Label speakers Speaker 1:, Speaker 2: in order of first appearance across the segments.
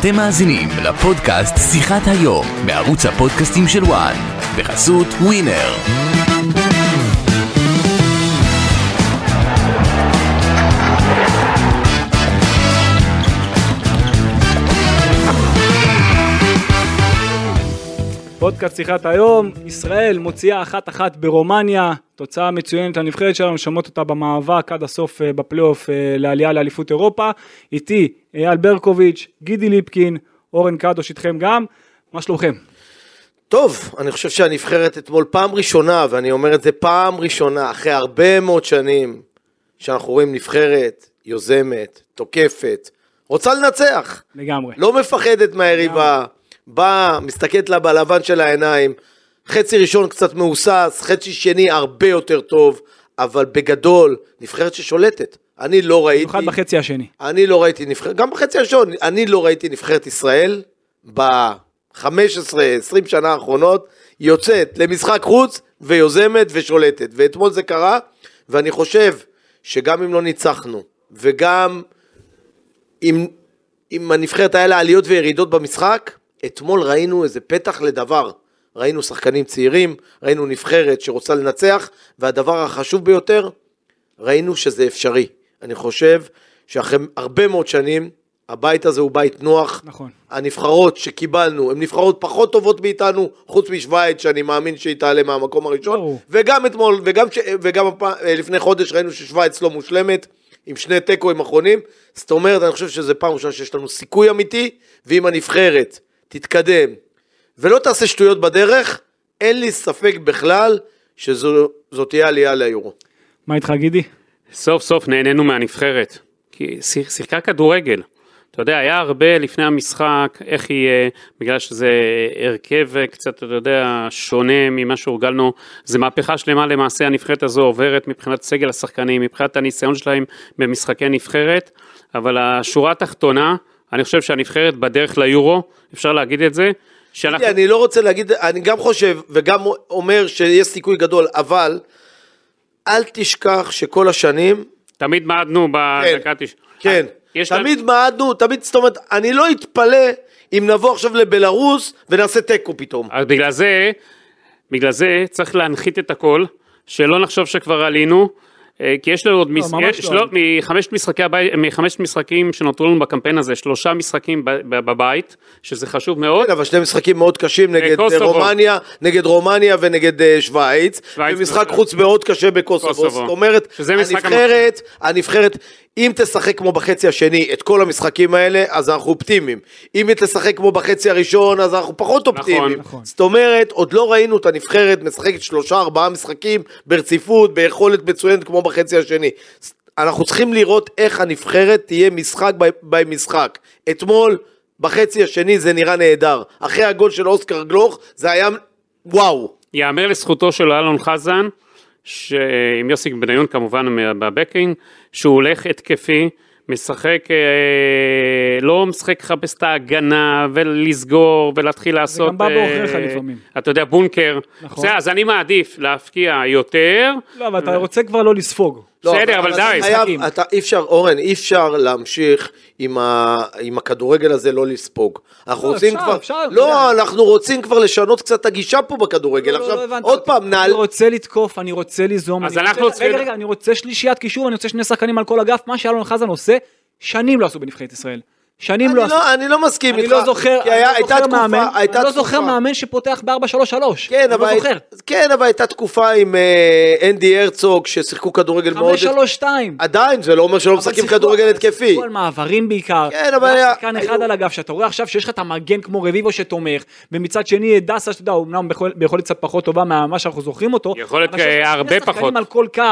Speaker 1: אתם מאזינים לפודקאסט שיחת היום בערוץ הפודקאסטים של וואן בחסות ווינר.
Speaker 2: פודקאסט שיחת היום, ישראל מוציאה אחת אחת ברומניה, תוצאה מצוינת לנבחרת שלנו, שמות אותה במאבק עד הסוף אה, בפלייאוף אה, לעלייה לאליפות אירופה. איתי אה, אייל ברקוביץ', גידי ליפקין, אורן קדוש איתכם גם, מה שלומכם?
Speaker 3: טוב, אני חושב שהנבחרת אתמול פעם ראשונה, ואני אומר את זה פעם ראשונה, אחרי הרבה מאוד שנים, שאנחנו רואים נבחרת יוזמת, תוקפת, רוצה לנצח,
Speaker 2: לגמרי.
Speaker 3: לא מפחדת מהיריבה, באה, מסתכלת לה בלבן של העיניים, חצי ראשון קצת מהוסס, חצי שני הרבה יותר טוב, אבל בגדול, נבחרת ששולטת. אני לא ראיתי...
Speaker 2: במיוחד בחצי השני.
Speaker 3: אני לא ראיתי נבחרת, גם בחצי הראשון, אני לא ראיתי נבחרת ישראל ב-15-20 שנה האחרונות יוצאת למשחק חוץ ויוזמת ושולטת. ואתמול זה קרה, ואני חושב שגם אם לא ניצחנו, וגם אם, אם הנבחרת היה לה עליות וירידות במשחק, אתמול ראינו איזה פתח לדבר. ראינו שחקנים צעירים, ראינו נבחרת שרוצה לנצח, והדבר החשוב ביותר, ראינו שזה אפשרי. אני חושב שאחרי הרבה מאוד שנים, הבית הזה הוא בית נוח.
Speaker 2: נכון.
Speaker 3: הנבחרות שקיבלנו הן נבחרות פחות טובות מאיתנו, חוץ משוויץ, שאני מאמין שהיא תעלה מהמקום הראשון.
Speaker 2: ברור.
Speaker 3: וגם אתמול, וגם, ש... וגם הפ... אה, לפני חודש ראינו ששוויץ לא מושלמת, עם שני תיקואים אחרונים. זאת אומרת, אני חושב שזו פעם ראשונה שיש לנו סיכוי אמיתי, ואם הנבחרת תתקדם ולא תעשה שטויות בדרך, אין לי ספק בכלל שזו זו תהיה עלייה ליורו.
Speaker 2: מה איתך גידי?
Speaker 4: סוף סוף נהנינו מהנבחרת, כי שיח- שיחקה כדורגל. אתה יודע, היה הרבה לפני המשחק, איך יהיה, בגלל שזה הרכב אה, קצת, אתה יודע, שונה ממה שהורגלנו. זה מהפכה שלמה למעשה הנבחרת הזו עוברת מבחינת סגל השחקנים, מבחינת הניסיון שלהם במשחקי נבחרת. אבל השורה התחתונה, אני חושב שהנבחרת בדרך ליורו, אפשר להגיד את זה, שאנחנו...
Speaker 3: תראי, אני לא רוצה להגיד, אני גם חושב וגם אומר שיש סיכוי גדול, אבל אל תשכח שכל השנים,
Speaker 4: תמיד מעדנו בדקה התשעים.
Speaker 3: כן,
Speaker 4: יש להם-
Speaker 3: תמיד מעדנו, תמיד, זאת אומרת, אני לא אתפלא אם נבוא עכשיו לבלארוס ונעשה תיקו פתאום.
Speaker 4: אז בגלל זה, בגלל זה צריך להנחית את הכל, שלא נחשוב שכבר עלינו, אה, כי יש לנו עוד, מש...
Speaker 2: ממש
Speaker 4: יש,
Speaker 2: לא.
Speaker 4: לא, מחמשת משחקי הבית, מחמשת משחקים שנותרו לנו בקמפיין הזה, שלושה משחקים ב- ב- בבית, שזה חשוב מאוד.
Speaker 3: כן, אבל שני משחקים מאוד קשים נגד אה,
Speaker 4: קוסובו.
Speaker 3: רומניה, נגד רומניה ונגד אה, שווייץ,
Speaker 4: שווייץ
Speaker 3: ומשחק
Speaker 4: ו-
Speaker 3: חוץ מאוד קשה בקוסובו,
Speaker 4: קוסובו.
Speaker 3: זאת אומרת,
Speaker 4: שזה משחק
Speaker 3: הנבחרת, הנבחרת, אם תשחק כמו בחצי השני את כל המשחקים האלה, אז אנחנו אופטימיים, אם היא תשחק כמו בחצי הראשון, אז אנחנו פחות אופטימיים,
Speaker 4: נכון.
Speaker 3: זאת אומרת, עוד לא ראינו את הנבחרת משחקת שלושה ארבעה משחקים ברציפות, ביכולת מצוינת כמו בחצי השני. אנחנו צריכים לראות איך הנבחרת תהיה משחק בי- בי משחק. אתמול, בחצי השני זה נראה נהדר. אחרי הגול של אוסקר גלוך, זה היה וואו.
Speaker 4: יאמר לזכותו של אלון חזן, ש... עם יוסי בניון כמובן מה- בבקינג, שהוא הולך התקפי, משחק, אה, לא משחק לחפש את ההגנה ולסגור ולהתחיל לעשות... אה,
Speaker 2: גם בא בעוכריך לפעמים.
Speaker 4: אתה יודע, בונקר.
Speaker 2: נכון.
Speaker 4: נכון. בסדר, אז אני מעדיף להפקיע יותר.
Speaker 2: לא, אבל אתה רוצה כבר לא לספוג.
Speaker 4: בסדר, אבל
Speaker 3: אתה
Speaker 4: די.
Speaker 3: חייב,
Speaker 2: משחקים.
Speaker 3: אתה אי אפשר, אורן, אי אפשר להמשיך עם, ה, עם הכדורגל הזה לא לספוג. אנחנו
Speaker 2: לא,
Speaker 3: רוצים
Speaker 2: אפשר,
Speaker 3: כבר,
Speaker 2: אפשר, אתה יודע.
Speaker 3: לא, אנחנו רוצים כבר לשנות קצת את הגישה פה בכדורגל.
Speaker 2: לא, לא,
Speaker 3: עכשיו,
Speaker 2: לא הבנת
Speaker 3: עוד
Speaker 2: אותי.
Speaker 3: פעם, נעל...
Speaker 2: אני רוצה לתקוף, אני רוצה ליזום.
Speaker 4: אז
Speaker 2: אני
Speaker 4: אנחנו
Speaker 2: רוצה-
Speaker 4: צריכים-
Speaker 2: רגע, רגע, אני רוצה שלישיית קישור, אני רוצה שני שחקנים על כל אגף, מה שאלון חזן עושה, שנים לא עשו בנבחרת ישראל. שנים
Speaker 3: אני
Speaker 2: לא עשו.
Speaker 3: לא, אני לא מסכים
Speaker 2: אני
Speaker 3: איתך.
Speaker 2: לא זוכר,
Speaker 3: כי
Speaker 2: אני
Speaker 3: היה-
Speaker 2: לא
Speaker 3: הייתה
Speaker 2: זוכר
Speaker 3: תקופה-
Speaker 2: מאמן, אני
Speaker 3: הייתה
Speaker 2: לא זוכר
Speaker 3: תקופה-
Speaker 2: מאמן שפותח ב-4-3-3,
Speaker 3: כן,
Speaker 2: אני
Speaker 3: אבל,
Speaker 2: לא
Speaker 3: היית-
Speaker 2: זוכר,
Speaker 3: כן, אבל הייתה תקופה עם אה, אנדי הרצוג ששיחקו כדורגל מאוד...
Speaker 2: 5-3-2,
Speaker 3: עדיין, זה לא אומר שלא
Speaker 2: אבל
Speaker 3: משחקים
Speaker 2: שיחקו-
Speaker 3: כדורגל
Speaker 2: אבל
Speaker 3: התקפי.
Speaker 2: שיחקו על מעברים בעיקר,
Speaker 3: כן, אבל
Speaker 2: היה
Speaker 3: היה-
Speaker 2: שחקן
Speaker 3: היו-
Speaker 2: אחד על הגב, שאתה רואה עכשיו שיש לך את המגן כמו רביבו שתומך, ומצד שני את דסה, שאתה יודע, אומנם ביכול- ביכולת קצת פחות טובה ממה שאנחנו זוכרים אותו,
Speaker 4: יכולת,
Speaker 2: אבל שיש לך
Speaker 4: אה,
Speaker 2: שני
Speaker 4: הרבה
Speaker 2: שחקנים
Speaker 4: פחות.
Speaker 2: על כל קו,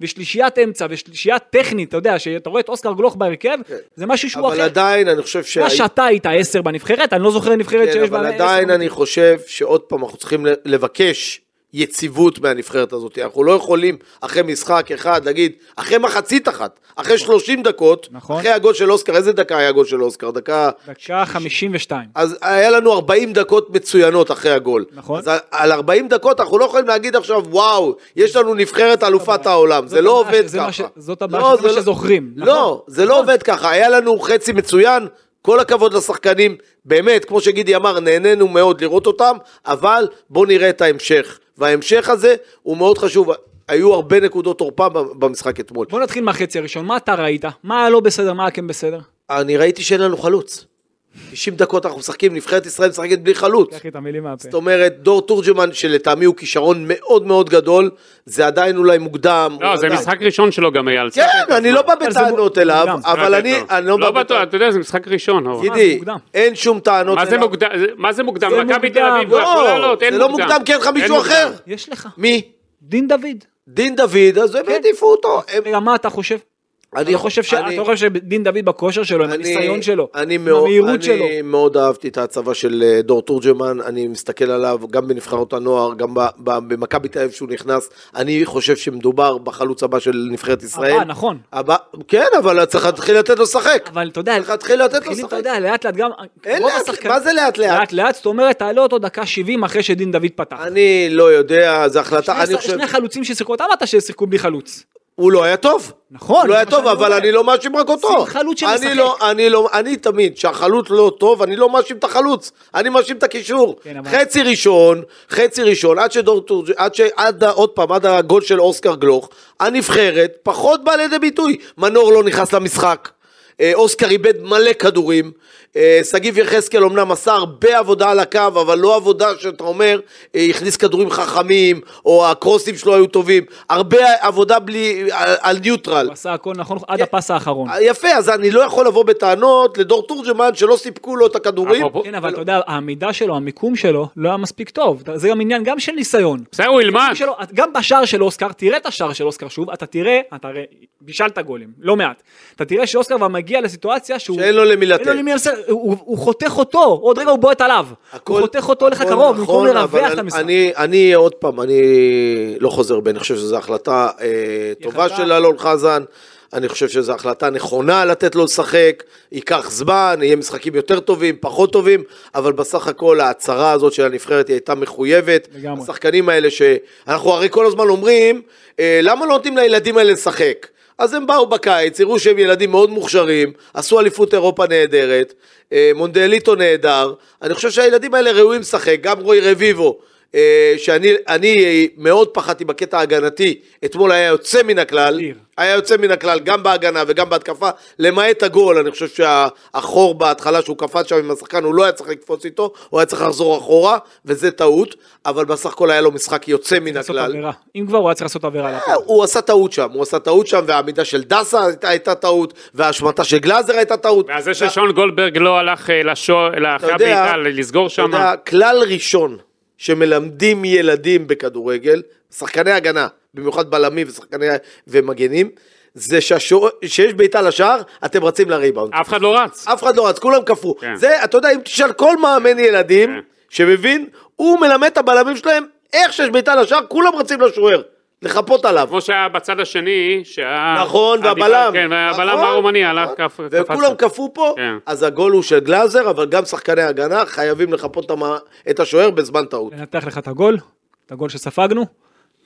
Speaker 2: ושלישיית אמצע, ושלישיית טכנית, אתה יודע, שאתה רואה את אוסקר גלוך בהרכב, זה משהו שהוא
Speaker 3: כן. אבל
Speaker 2: אחר,
Speaker 3: עדיין, אני חושב
Speaker 2: מה
Speaker 3: שהיית...
Speaker 2: שאתה היית עשר בנבחרת, אני לא זוכר נבחרת
Speaker 3: כן,
Speaker 2: שיש
Speaker 3: אבל
Speaker 2: בה
Speaker 3: עדיין
Speaker 2: עשר.
Speaker 3: אני חושב שעוד פעם אנחנו צריכים ל- לבקש יציבות מהנבחרת הזאת. אנחנו לא יכולים אחרי משחק אחד להגיד, אחרי מחצית אחת, אחרי 30 דקות,
Speaker 2: נכון.
Speaker 3: אחרי הגול של אוסקר, איזה דקה היה הגול של אוסקר? דקה...
Speaker 2: דקה 52.
Speaker 3: אז היה לנו 40 דקות מצוינות אחרי הגול.
Speaker 2: נכון.
Speaker 3: אז על- על 40 דקות אנחנו לא יכולים להגיד עכשיו, וואו, יש לנו נבחרת אלופת העולם. זה
Speaker 2: זאת
Speaker 3: לא
Speaker 2: הבעיה,
Speaker 3: עובד
Speaker 2: שזה מה ש-
Speaker 3: ככה.
Speaker 2: זאת הבעיה,
Speaker 3: לא,
Speaker 2: שזה מה
Speaker 3: זה לא-
Speaker 2: שזוכרים, נכון?
Speaker 3: לא, זה לא עובד ככה. היה לנו חצי מצוין, כל הכבוד לשחקנים, באמת, כמו שגידי אמר, נהנינו מאוד לראות אותם, אבל בואו נראה את ההמשך. וההמשך הזה הוא מאוד חשוב. היו הרבה נקודות תורפה במשחק אתמול.
Speaker 2: בוא נתחיל מהחצי הראשון, מה אתה ראית? מה היה לא בסדר, מה היה כן בסדר?
Speaker 3: אני ראיתי שאין לנו חלוץ. 90 דקות אנחנו משחקים, נבחרת ישראל משחקת בלי חלוץ.
Speaker 2: קח לי את המילים מהפה.
Speaker 3: זאת אומרת, דור תורג'מן, שלטעמי הוא כישרון מאוד מאוד גדול, זה עדיין אולי מוקדם.
Speaker 4: לא,
Speaker 3: הוא
Speaker 4: זה
Speaker 3: עדיין-
Speaker 4: משחק ראשון שלו גם אייל.
Speaker 3: כן, אני לא בא
Speaker 2: אבל זה
Speaker 3: בטענות
Speaker 2: מוקדם.
Speaker 3: אליו,
Speaker 2: זה
Speaker 3: אבל אני אני
Speaker 4: לא
Speaker 3: לא בא
Speaker 4: בטוח,
Speaker 3: בטענות.
Speaker 4: אתה יודע, זה משחק ראשון. אור.
Speaker 2: מה, זה
Speaker 3: גידי,
Speaker 2: מוקדם.
Speaker 3: אין שום טענות
Speaker 4: מה זה
Speaker 3: אליו.
Speaker 4: מוקדם? זה- מה זה מוקדם?
Speaker 2: זה
Speaker 4: מכבי תל
Speaker 2: מוקדם,
Speaker 4: אביב, הוא
Speaker 2: לא,
Speaker 4: יכול
Speaker 3: לא,
Speaker 4: לעלות, אין
Speaker 3: זה לא מוקדם, כי אין לך מישהו
Speaker 4: מוקדם.
Speaker 3: אחר.
Speaker 2: יש לך.
Speaker 3: מי?
Speaker 2: דין דוד.
Speaker 3: דין דוד, אז
Speaker 4: כן.
Speaker 3: הם העדיפו אותו. הם-
Speaker 2: רגע, מה אתה חושב?
Speaker 3: אני
Speaker 2: אתה חושב ש-
Speaker 3: אני-
Speaker 2: אתה חושב שדין דוד בכושר שלו, עם
Speaker 3: אני-
Speaker 2: הניסיון שלו,
Speaker 3: אני
Speaker 2: עם
Speaker 3: מאוד-
Speaker 2: המהירות שלו.
Speaker 3: אני מאוד אהבתי את ההצבה של אה, דור תורג'מן, אני מסתכל עליו גם בנבחרות הנוער, גם ב- ב- במכבי תל אביב שהוא נכנס, אני חושב שמדובר בחלוץ הבא של נבחרת ישראל.
Speaker 2: הבא, נכון.
Speaker 3: הבא, כן, אבל צריך להתחיל לתת לו לשחק.
Speaker 2: אבל אתה יודע,
Speaker 3: צריך להתחיל לתת לו
Speaker 2: מתחילים, אתה
Speaker 3: לשחק.
Speaker 2: יודע, לאט לאט גם,
Speaker 3: אין
Speaker 2: רוב
Speaker 3: לאט,
Speaker 2: השחקנים-
Speaker 3: מה זה לאט לאט?
Speaker 2: לאט לאט, זאת אומרת, תעלה אותו דקה 70 אחרי שדין דוד פתח.
Speaker 3: אני לא יודע, זו החלטה,
Speaker 2: שני-
Speaker 3: אני חושב,
Speaker 2: שני חלוצים ששיחקו, אתה אמרת ששיחקו בלי חלוץ.
Speaker 3: הוא לא היה טוב.
Speaker 2: נכון,
Speaker 3: הוא לא
Speaker 2: זה
Speaker 3: היה
Speaker 2: מה
Speaker 3: טוב,
Speaker 2: שאני
Speaker 3: אבל
Speaker 2: אומר.
Speaker 3: אני לא מאשים רק אותו.
Speaker 2: שים חלוץ
Speaker 3: אני
Speaker 2: שמשחק.
Speaker 3: לא, אני לא, אני תמיד, כשהחלוץ לא טוב, אני לא מאשים את החלוץ, אני מאשים את הקישור.
Speaker 2: כן, אבל-
Speaker 3: חצי ראשון, חצי ראשון, עד שדור טורג'- עד ש... עד ה- עוד פעם, עד הגול של אוסקר גלוך, הנבחרת פחות באה לידי ביטוי. מנור לא נכנס למשחק. אה, אוסקר איבד מלא כדורים, אה, שגיב יחזקאל אמנם עשה הרבה עבודה על הקו, אבל לא עבודה שאתה אומר, אה, הכניס כדורים חכמים, או הקרוסים שלו היו טובים, הרבה עבודה בלי, על, על ניוטרל.
Speaker 2: הוא עשה הכל נכון
Speaker 3: כן.
Speaker 2: עד הפס האחרון.
Speaker 3: יפה, אז אני לא יכול לבוא בטענות לדור תורג'מן שלא סיפקו לו את הכדורים.
Speaker 4: אפרופו-
Speaker 2: כן, אבל אתה יודע, העמידה שלו, המיקום שלו, לא היה מספיק טוב. זה גם עניין גם של ניסיון.
Speaker 4: בסדר, הוא ילמד.
Speaker 2: שלו, את- גם בשער של אוסקר, תראה את השער של אוסקר שוב, אתה תראה, אתה הרי בישלת גולים, לא מעט. אתה תראה שאוסקר כבר מגיע לסיטואציה שהוא...
Speaker 3: שאין לו למי
Speaker 2: אין לו
Speaker 3: לתת.
Speaker 2: למי לסר- הוא הוא חותך אותו, עוד רגע הוא בועט עליו. הוא חותך אותו לך
Speaker 3: הכל
Speaker 2: קרוב, במקום
Speaker 3: נכון, אבל
Speaker 2: לרווח את
Speaker 3: אני-
Speaker 2: המשחק.
Speaker 3: אני, אני, עוד פעם, אני לא חוזר בי, אני חושב שזו החלטה אה, טובה
Speaker 2: החלטה-
Speaker 3: של אלון חזן. אני חושב שזו החלטה נכונה לתת לו לשחק, ייקח זמן, יהיה משחקים יותר טובים, פחות טובים, אבל בסך הכל ההצהרה הזאת של הנבחרת היא הייתה מחויבת.
Speaker 2: לגמרי.
Speaker 3: השחקנים האלה שאנחנו הרי כל הזמן אומרים, אה, למה לא נותנים לילדים האלה לשחק? אז הם באו בקיץ, הראו שהם ילדים מאוד מוכשרים, עשו אליפות אירופה נהדרת, אה, מונדליטו נהדר, אני חושב שהילדים האלה ראויים לשחק, גם רוי רביבו, אה, שאני אני, אה, מאוד פחדתי בקטע ההגנתי, אתמול היה יוצא מן הכלל,
Speaker 2: אדיר.
Speaker 3: היה יוצא מן הכלל גם בהגנה וגם בהתקפה, למעט הגול, אני חושב שהחור בהתחלה שהוא קפץ שם עם השחקן, הוא לא היה צריך לקפוץ איתו, הוא היה צריך לחזור אחורה, וזה טעות, אבל בסך הכל היה לו משחק יוצא מן
Speaker 2: לעשות
Speaker 3: הכלל.
Speaker 2: עבירה. אם כבר הוא היה צריך לעשות עבירה. על הפועל.
Speaker 3: אה, הוא עשה טעות שם, הוא עשה טעות שם, והעמידה של דסה הייתה- הייתה טעות, וההשמטה של גלאזר הייתה טעות.
Speaker 4: ואז זה ששון גולדברג לא הלך אה, לשו-
Speaker 3: אתה
Speaker 4: לאחרי
Speaker 3: יודע-
Speaker 4: הבעיטה לסגור
Speaker 3: אתה
Speaker 4: שם.
Speaker 3: יודע, כלל ראשון שמלמדים ילדים בכדורגל, שחקני הגנה, במיוחד בלמים ושחקני ומגנים, זה שהשו- שיש בעיטה לשער, אתם רצים לריבאונד.
Speaker 4: אף אחד לא רץ.
Speaker 3: אף אחד לא רץ, כולם קפאו.
Speaker 4: כן.
Speaker 3: זה, אתה יודע, אם תשאל כל מאמן ילדים
Speaker 4: כן.
Speaker 3: שמבין, הוא מלמד את הבלמים שלהם איך שיש בעיטה לשער, כולם רצים לשוער, לחפות עליו.
Speaker 4: כמו שהיה בצד השני, שהיה...
Speaker 3: נכון,
Speaker 4: הדיבה-
Speaker 3: והבלם.
Speaker 4: אה, כן, והבלם
Speaker 3: נכון,
Speaker 4: הרומני הלך,
Speaker 3: נכון.
Speaker 4: קפ...
Speaker 3: וכולם
Speaker 4: קפץ.
Speaker 3: קפאו פה,
Speaker 4: כן.
Speaker 3: אז הגול הוא של גלאזר, אבל גם שחקני הגנה חייבים לחפות את המ- את השוער בזמן טעות.
Speaker 2: לנתח לך את הגול, את הגול שספגנו,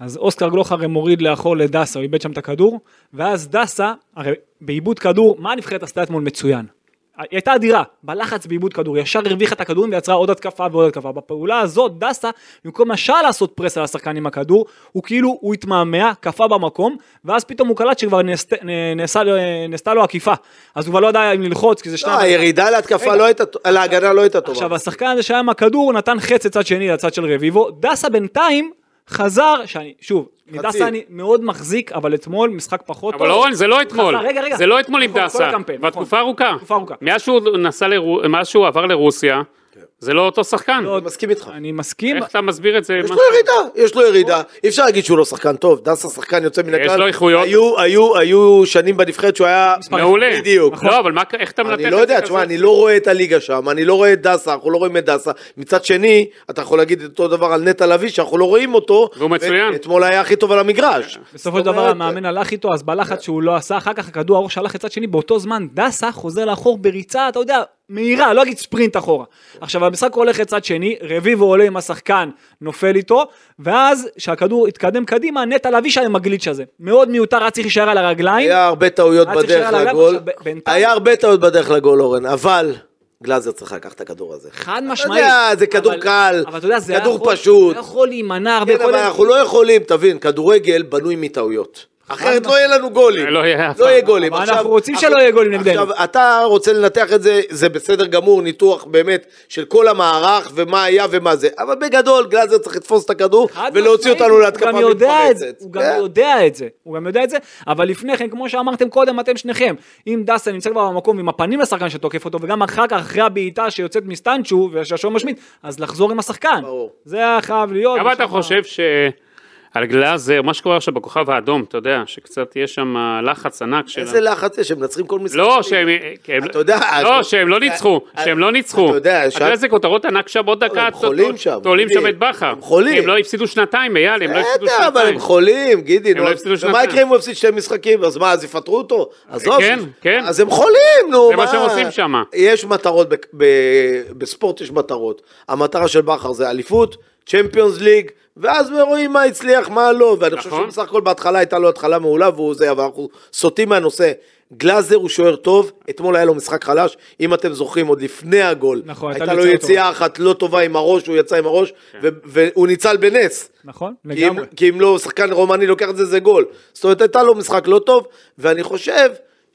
Speaker 2: אז אוסקר גלוך הרי מוריד לאחור לדסה, הוא איבד שם את הכדור, ואז דסה, הרי בעיבוד כדור, מה הנבחרת עשתה אתמול מצוין? היא הייתה אדירה, בלחץ בעיבוד כדור, ישר הרוויחה את הכדורים ויצרה עוד התקפה ועוד התקפה. בפעולה הזאת, דסה, במקום ישר לעשות פרס על השחקן עם הכדור, הוא כאילו, הוא התמהמה, קפא במקום, ואז פתאום הוא קלט שכבר נעשת, נעשה, לו- נעשתה לו עקיפה. אז הוא כבר לא יודע אם ללחוץ, כי זה
Speaker 3: לא,
Speaker 2: שניים...
Speaker 3: הירידה להתקפה לא הייתה, טו- להגנה לא הייתה טובה.
Speaker 2: עכשיו השחקן הזה שהיה עם הכדור הוא נתן חץ לצד שני לצד של רביבו, דסה בינתיים חזר, שאני, שוב, מדסה אני מאוד מחזיק, אבל אתמול משחק פחות
Speaker 4: אבל אורן, זה לא אתמול.
Speaker 2: חזר, רגע, רגע.
Speaker 4: זה לא אתמול עם
Speaker 2: נכון, כל
Speaker 4: דסה.
Speaker 2: הקמפיין, נכון.
Speaker 4: והתקופה ארוכה.
Speaker 2: תקופה ארוכה.
Speaker 4: מאז שהוא נסע לרו- מאז שהוא עבר לרוסיה, זה לא אותו שחקן.
Speaker 3: אני מסכים איתך.
Speaker 2: אני מסכים,
Speaker 4: איך אתה מסביר את זה?
Speaker 3: יש
Speaker 4: מה-
Speaker 3: לו ירידה, יש לו ירידה. אי אפשר להגיד שהוא לא שחקן טוב, דסה שחקן יוצא מן הכלל.
Speaker 4: יש לו איכויות.
Speaker 3: היו- היו- היו שנים בנבחרת שהוא היה...
Speaker 4: מעולה.
Speaker 3: בדיוק.
Speaker 4: לא, אבל מה- איך אתה מנתח את
Speaker 3: נכון.
Speaker 4: זה?
Speaker 3: אני לא יודע,
Speaker 4: כזה?
Speaker 3: תשמע, אני לא רואה את הליגה שם, אני לא רואה את דסה, אנחנו לא רואים את דסה. מצד שני, אתה יכול להגיד את אותו דבר על נטע לביא, שאנחנו לא רואים אותו.
Speaker 4: והוא מצוין. כן.
Speaker 3: ו- אתמול היה הכי טוב על המגרש.
Speaker 2: בסופו של דבר
Speaker 3: זאת אומרת, אה,
Speaker 2: המאמן הלך איתו, אז בלחץ שהוא לא עשה, אחר כך הכדור הארוך שהלך לצד שני, באותו זמן דסה חוזר לאחור בריצה, אתה יודע, מהירה, לא אגיד ספרינט אחורה. עכשיו המשחק הולך לצד שני, רביבו עולה עם השחקן, נופל איתו, ואז כשהכדור התקדם קדימה, נטע לביא שהיה עם הגליץ' הזה. מאוד מיותר, היה צריך להישאר על הרגליים.
Speaker 3: היה הרבה טעויות
Speaker 2: היה אה, צריך
Speaker 3: בדרך
Speaker 2: להישאר על הרגליים,
Speaker 3: לגול.
Speaker 2: עכשיו, ב- בינתיים-
Speaker 3: היה הרבה טעויות בדרך לגול, אורן, אבל גלאזר צריך לקחת את הכדור הזה.
Speaker 2: חד
Speaker 3: אתה
Speaker 2: משמעית.
Speaker 3: יודע, זה כדור
Speaker 2: אבל-
Speaker 3: קל,
Speaker 2: אבל אתה יודע, זה היה
Speaker 3: כדור
Speaker 2: יכול-
Speaker 3: פשוט.
Speaker 2: זה יכול להימנע הרבה.
Speaker 3: כן,
Speaker 2: יכול
Speaker 3: אבל
Speaker 2: להיות-
Speaker 3: אנחנו לא יכולים, תבין, כדורגל בנוי מטעויות. אחרת לא יהיה לנו גולים.
Speaker 4: לא יהיה אף
Speaker 3: לא
Speaker 4: פעם.
Speaker 3: יהיה גולים.
Speaker 5: אבל
Speaker 3: עכשיו-
Speaker 5: אנחנו רוצים שלא
Speaker 3: עכשיו-
Speaker 5: יהיה גולים נגדנו.
Speaker 3: עכשיו, אתה רוצה לנתח את זה, זה בסדר גמור, ניתוח באמת של כל המערך ומה היה ומה זה. אבל בגדול, גלאזר צריך לתפוס את הכדור
Speaker 2: חד
Speaker 3: ולהוציא
Speaker 2: משמעית,
Speaker 3: אותנו
Speaker 2: הוא
Speaker 3: להתקפה
Speaker 2: גם יודע את זה,
Speaker 3: מתפרצת.
Speaker 2: הוא גם
Speaker 3: כן.
Speaker 2: יודע את זה, הוא גם יודע את זה, אבל לפני כן, כמו שאמרתם קודם, אתם שניכם, אם דסה נמצא כבר במקום עם הפנים לשחקן שתוקף אותו, וגם אחר כך אחרי הבעיטה שיוצאת מסטנצ'ו, ושהשוער משמיט, אז לחזור עם השחקן.
Speaker 3: ברור.
Speaker 2: זה היה חייב
Speaker 3: לא
Speaker 2: להיות.
Speaker 4: אבל אתה
Speaker 2: ושמה-
Speaker 4: חושב שעל גלאזר, מה שקורה עכשיו בכוכב האדום, אתה יודע, שקצת יש שם אה, לחץ ענק של...
Speaker 3: איזה לחץ יש, הם מנצחים כל משחק.
Speaker 4: לא,
Speaker 3: שלי.
Speaker 4: שהם... כן,
Speaker 3: אתה יודע,
Speaker 4: לא,
Speaker 3: אז-
Speaker 4: שהם לא ניצחו,
Speaker 3: אה,
Speaker 4: שהם
Speaker 3: אה,
Speaker 4: לא ניצחו.
Speaker 3: אתה יודע,
Speaker 4: אתה יודע
Speaker 3: שאל-
Speaker 4: איזה כותרות ענק שם עוד דקה,
Speaker 3: הם חולים שם,
Speaker 4: תולים שם
Speaker 3: בדיוק.
Speaker 4: את בכר.
Speaker 3: הם חולים.
Speaker 4: כי הם לא הפסידו שנתיים, אייל, הם לא הפסידו
Speaker 3: בטח, אבל
Speaker 4: שנתיים.
Speaker 3: הם חולים, גידי, נו.
Speaker 4: לא
Speaker 3: אז-
Speaker 4: הפסידו
Speaker 3: ומה
Speaker 4: שנתיים.
Speaker 3: יקרה אם הוא יפסיד שני משחקים? אז מה, אז יפטרו אותו? עזוב.
Speaker 4: כן, כן.
Speaker 3: אז הם חולים, נו,
Speaker 4: זה מה שהם עושים שם.
Speaker 3: יש מטרות, בק- ב- בספורט יש מטרות. המטרה של בכר זה אליפות, צ'מפיונס ליג, ואז רואים מה הצליח, מה לא. ואני חושב
Speaker 4: נכון.
Speaker 3: שבסך הכל בהתחלה הייתה לו התחלה מעולה, והוא זה, אבל אנחנו סוטים מהנושא. גלאזר הוא שוער טוב, אתמול היה לו משחק חלש, אם אתם זוכרים, עוד לפני הגול.
Speaker 5: נכון, הייתה
Speaker 3: הייתה
Speaker 5: לו
Speaker 3: לו
Speaker 5: יציאה
Speaker 3: יציאה אחת לא טובה עם הראש, הוא יצא עם הראש,
Speaker 4: כן.
Speaker 3: ו- והוא ניצל בנס.
Speaker 5: נכון,
Speaker 3: כי אם,
Speaker 5: לגמרי.
Speaker 3: כי אם לא, שחקן רומני לוקח את זה, זה גול. זאת אומרת, הייתה לו משחק לא טוב, ואני חושב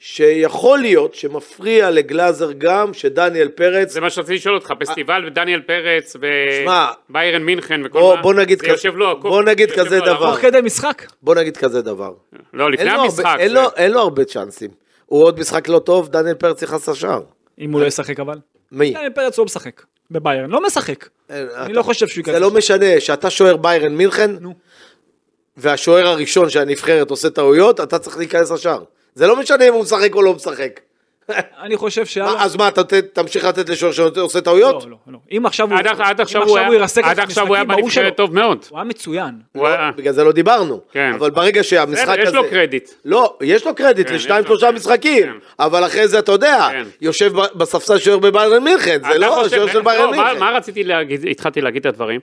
Speaker 3: שיכול להיות שמפריע לגלאזר גם שדניאל פרץ,
Speaker 4: זה מה שרציתי לשאול אותך, פסטיבל ודניאל פרץ
Speaker 3: אה. שמע,
Speaker 4: וביירן מינכן וכל
Speaker 3: בוא-
Speaker 4: מה,
Speaker 3: בוא נגיד
Speaker 4: זה
Speaker 3: כזה-
Speaker 4: יושב לו, הקוף,
Speaker 3: בוא נגיד
Speaker 4: יושב
Speaker 3: כזה
Speaker 4: לו על
Speaker 3: דבר.
Speaker 4: הראש.
Speaker 2: תוך כדי משחק.
Speaker 3: בוא נגיד כזה דבר.
Speaker 4: לא, לפני
Speaker 3: אין לו,
Speaker 4: המשחק.
Speaker 3: הרבה, אין,
Speaker 4: זה-
Speaker 3: לו, אין לו הרבה צ'אנסים. הוא עוד משחק לא טוב, דניאל פרץ נכנס לשער.
Speaker 5: אם הוא לא ישחק אבל.
Speaker 3: מי?
Speaker 5: דניאל פרץ לא משחק. בביירן, לא משחק.
Speaker 3: אין,
Speaker 5: אני
Speaker 3: אתה-
Speaker 5: לא חושב שהוא ייכנס.
Speaker 3: זה לא משנה, שאתה שוער ביירן מינכן, והשוער הראשון של הנבחרת עושה טעויות, אתה צריך להיכנס לשער. זה לא משנה אם הוא משחק או לא משחק.
Speaker 5: אני חושב
Speaker 2: לא,
Speaker 5: שהיה... לו-
Speaker 3: מה, אז מה, אתה ת- תמשיך לתת לשוער שעושה טעויות?
Speaker 5: לא, לא, לא. אם עכשיו הוא...
Speaker 4: עד עכשיו- עד
Speaker 5: אם
Speaker 4: עכשיו הוא היה-
Speaker 5: ירסק
Speaker 4: עד
Speaker 5: את
Speaker 4: עכשיו הוא היה
Speaker 5: המשחקים, ברור
Speaker 4: בנבחרת
Speaker 5: שלא.
Speaker 4: טוב מאוד.
Speaker 5: הוא היה מצוין.
Speaker 4: הוא היה-
Speaker 3: בגלל זה לא דיברנו.
Speaker 4: אה. כן.
Speaker 3: אבל ברגע שהמשחק
Speaker 4: בסדר,
Speaker 3: הזה...
Speaker 4: יש לו קרדיט.
Speaker 3: לא, יש לו קרדיט
Speaker 4: כן,
Speaker 3: לשניים
Speaker 4: יש לו
Speaker 3: שלושה
Speaker 4: קרדיט,
Speaker 3: משחקים,
Speaker 4: כן.
Speaker 3: אבל אחרי זה אתה יודע,
Speaker 4: כן.
Speaker 3: יושב ב- בספסל שוער בביירן מינכן, זה
Speaker 4: אתה
Speaker 3: לא
Speaker 4: חושב-
Speaker 3: השוער של
Speaker 4: לא,
Speaker 3: ביירן
Speaker 4: מה-
Speaker 3: מינכן.
Speaker 4: מה רציתי להגיד, התחלתי להגיד את הדברים.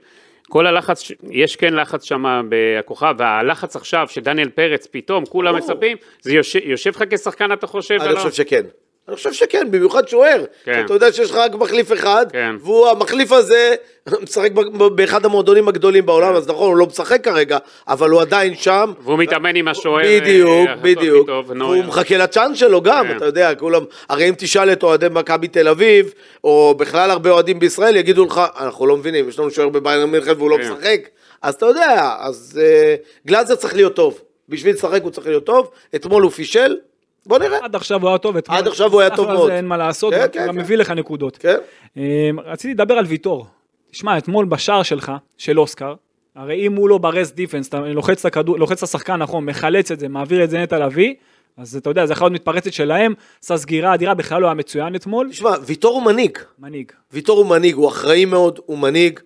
Speaker 4: כל הלחץ, ש- יש כן לחץ שם בכוכב, והלחץ עכשיו שדניאל פרץ פתאום, כולם מצפים, זה יושב- יושב לך כשחקן אתה חושב?
Speaker 3: אני
Speaker 4: ולא?
Speaker 3: חושב שכן. אני חושב שכן, במיוחד שוער.
Speaker 4: כן.
Speaker 3: אתה יודע שיש לך רק מחליף אחד,
Speaker 4: כן.
Speaker 3: והוא המחליף הזה משחק ב- ב- באחד המועדונים הגדולים בעולם, אז נכון, הוא לא משחק כרגע, אבל הוא עדיין שם.
Speaker 4: כן. והוא מתאמן עם השוער. אה,
Speaker 3: בדיוק,
Speaker 4: הכי טוב,
Speaker 3: בדיוק.
Speaker 4: הכי טוב,
Speaker 3: הוא
Speaker 4: נויה.
Speaker 3: מחכה לצ'אנס שלו גם,
Speaker 4: כן.
Speaker 3: אתה יודע, כולם, הרי אם תשאל את אוהדי מכבי תל אביב, או בכלל הרבה אוהדים בישראל, יגידו לך, אנחנו לא מבינים, יש לנו שוער בביירן מינכן והוא לא
Speaker 4: כן.
Speaker 3: משחק. אז אתה יודע, אז אה, גלאזר צריך להיות טוב. בשביל לשחק הוא צריך להיות טוב, אתמול הוא פישל, בוא נראה.
Speaker 5: עד עכשיו הוא היה טוב. אתמול.
Speaker 3: עד עכשיו הוא היה
Speaker 5: סך
Speaker 3: טוב
Speaker 5: הכל
Speaker 3: מאוד.
Speaker 5: זה אין מה לעשות,
Speaker 3: כן,
Speaker 5: הוא
Speaker 3: כן,
Speaker 5: גם
Speaker 3: כן.
Speaker 5: מביא לך נקודות.
Speaker 3: כן.
Speaker 5: אמ, רציתי לדבר על ויטור. תשמע, אתמול בשער שלך, של אוסקר, הרי אם הוא לא ברס דיפנס, אתה לוחץ את הכדור- לוחץ את השחקן נכון, מחלץ את זה, מעביר את זה נטע לביא, אז אתה יודע, זה יכול להיות מתפרצת שלהם, עשה סגירה אדירה, בכלל לא היה מצוין אתמול,
Speaker 3: תשמע, ויטור הוא מנהיג.
Speaker 5: מנהיג.
Speaker 3: ויטור הוא מנהיג, הוא אחראי מאוד, הוא מנהיג,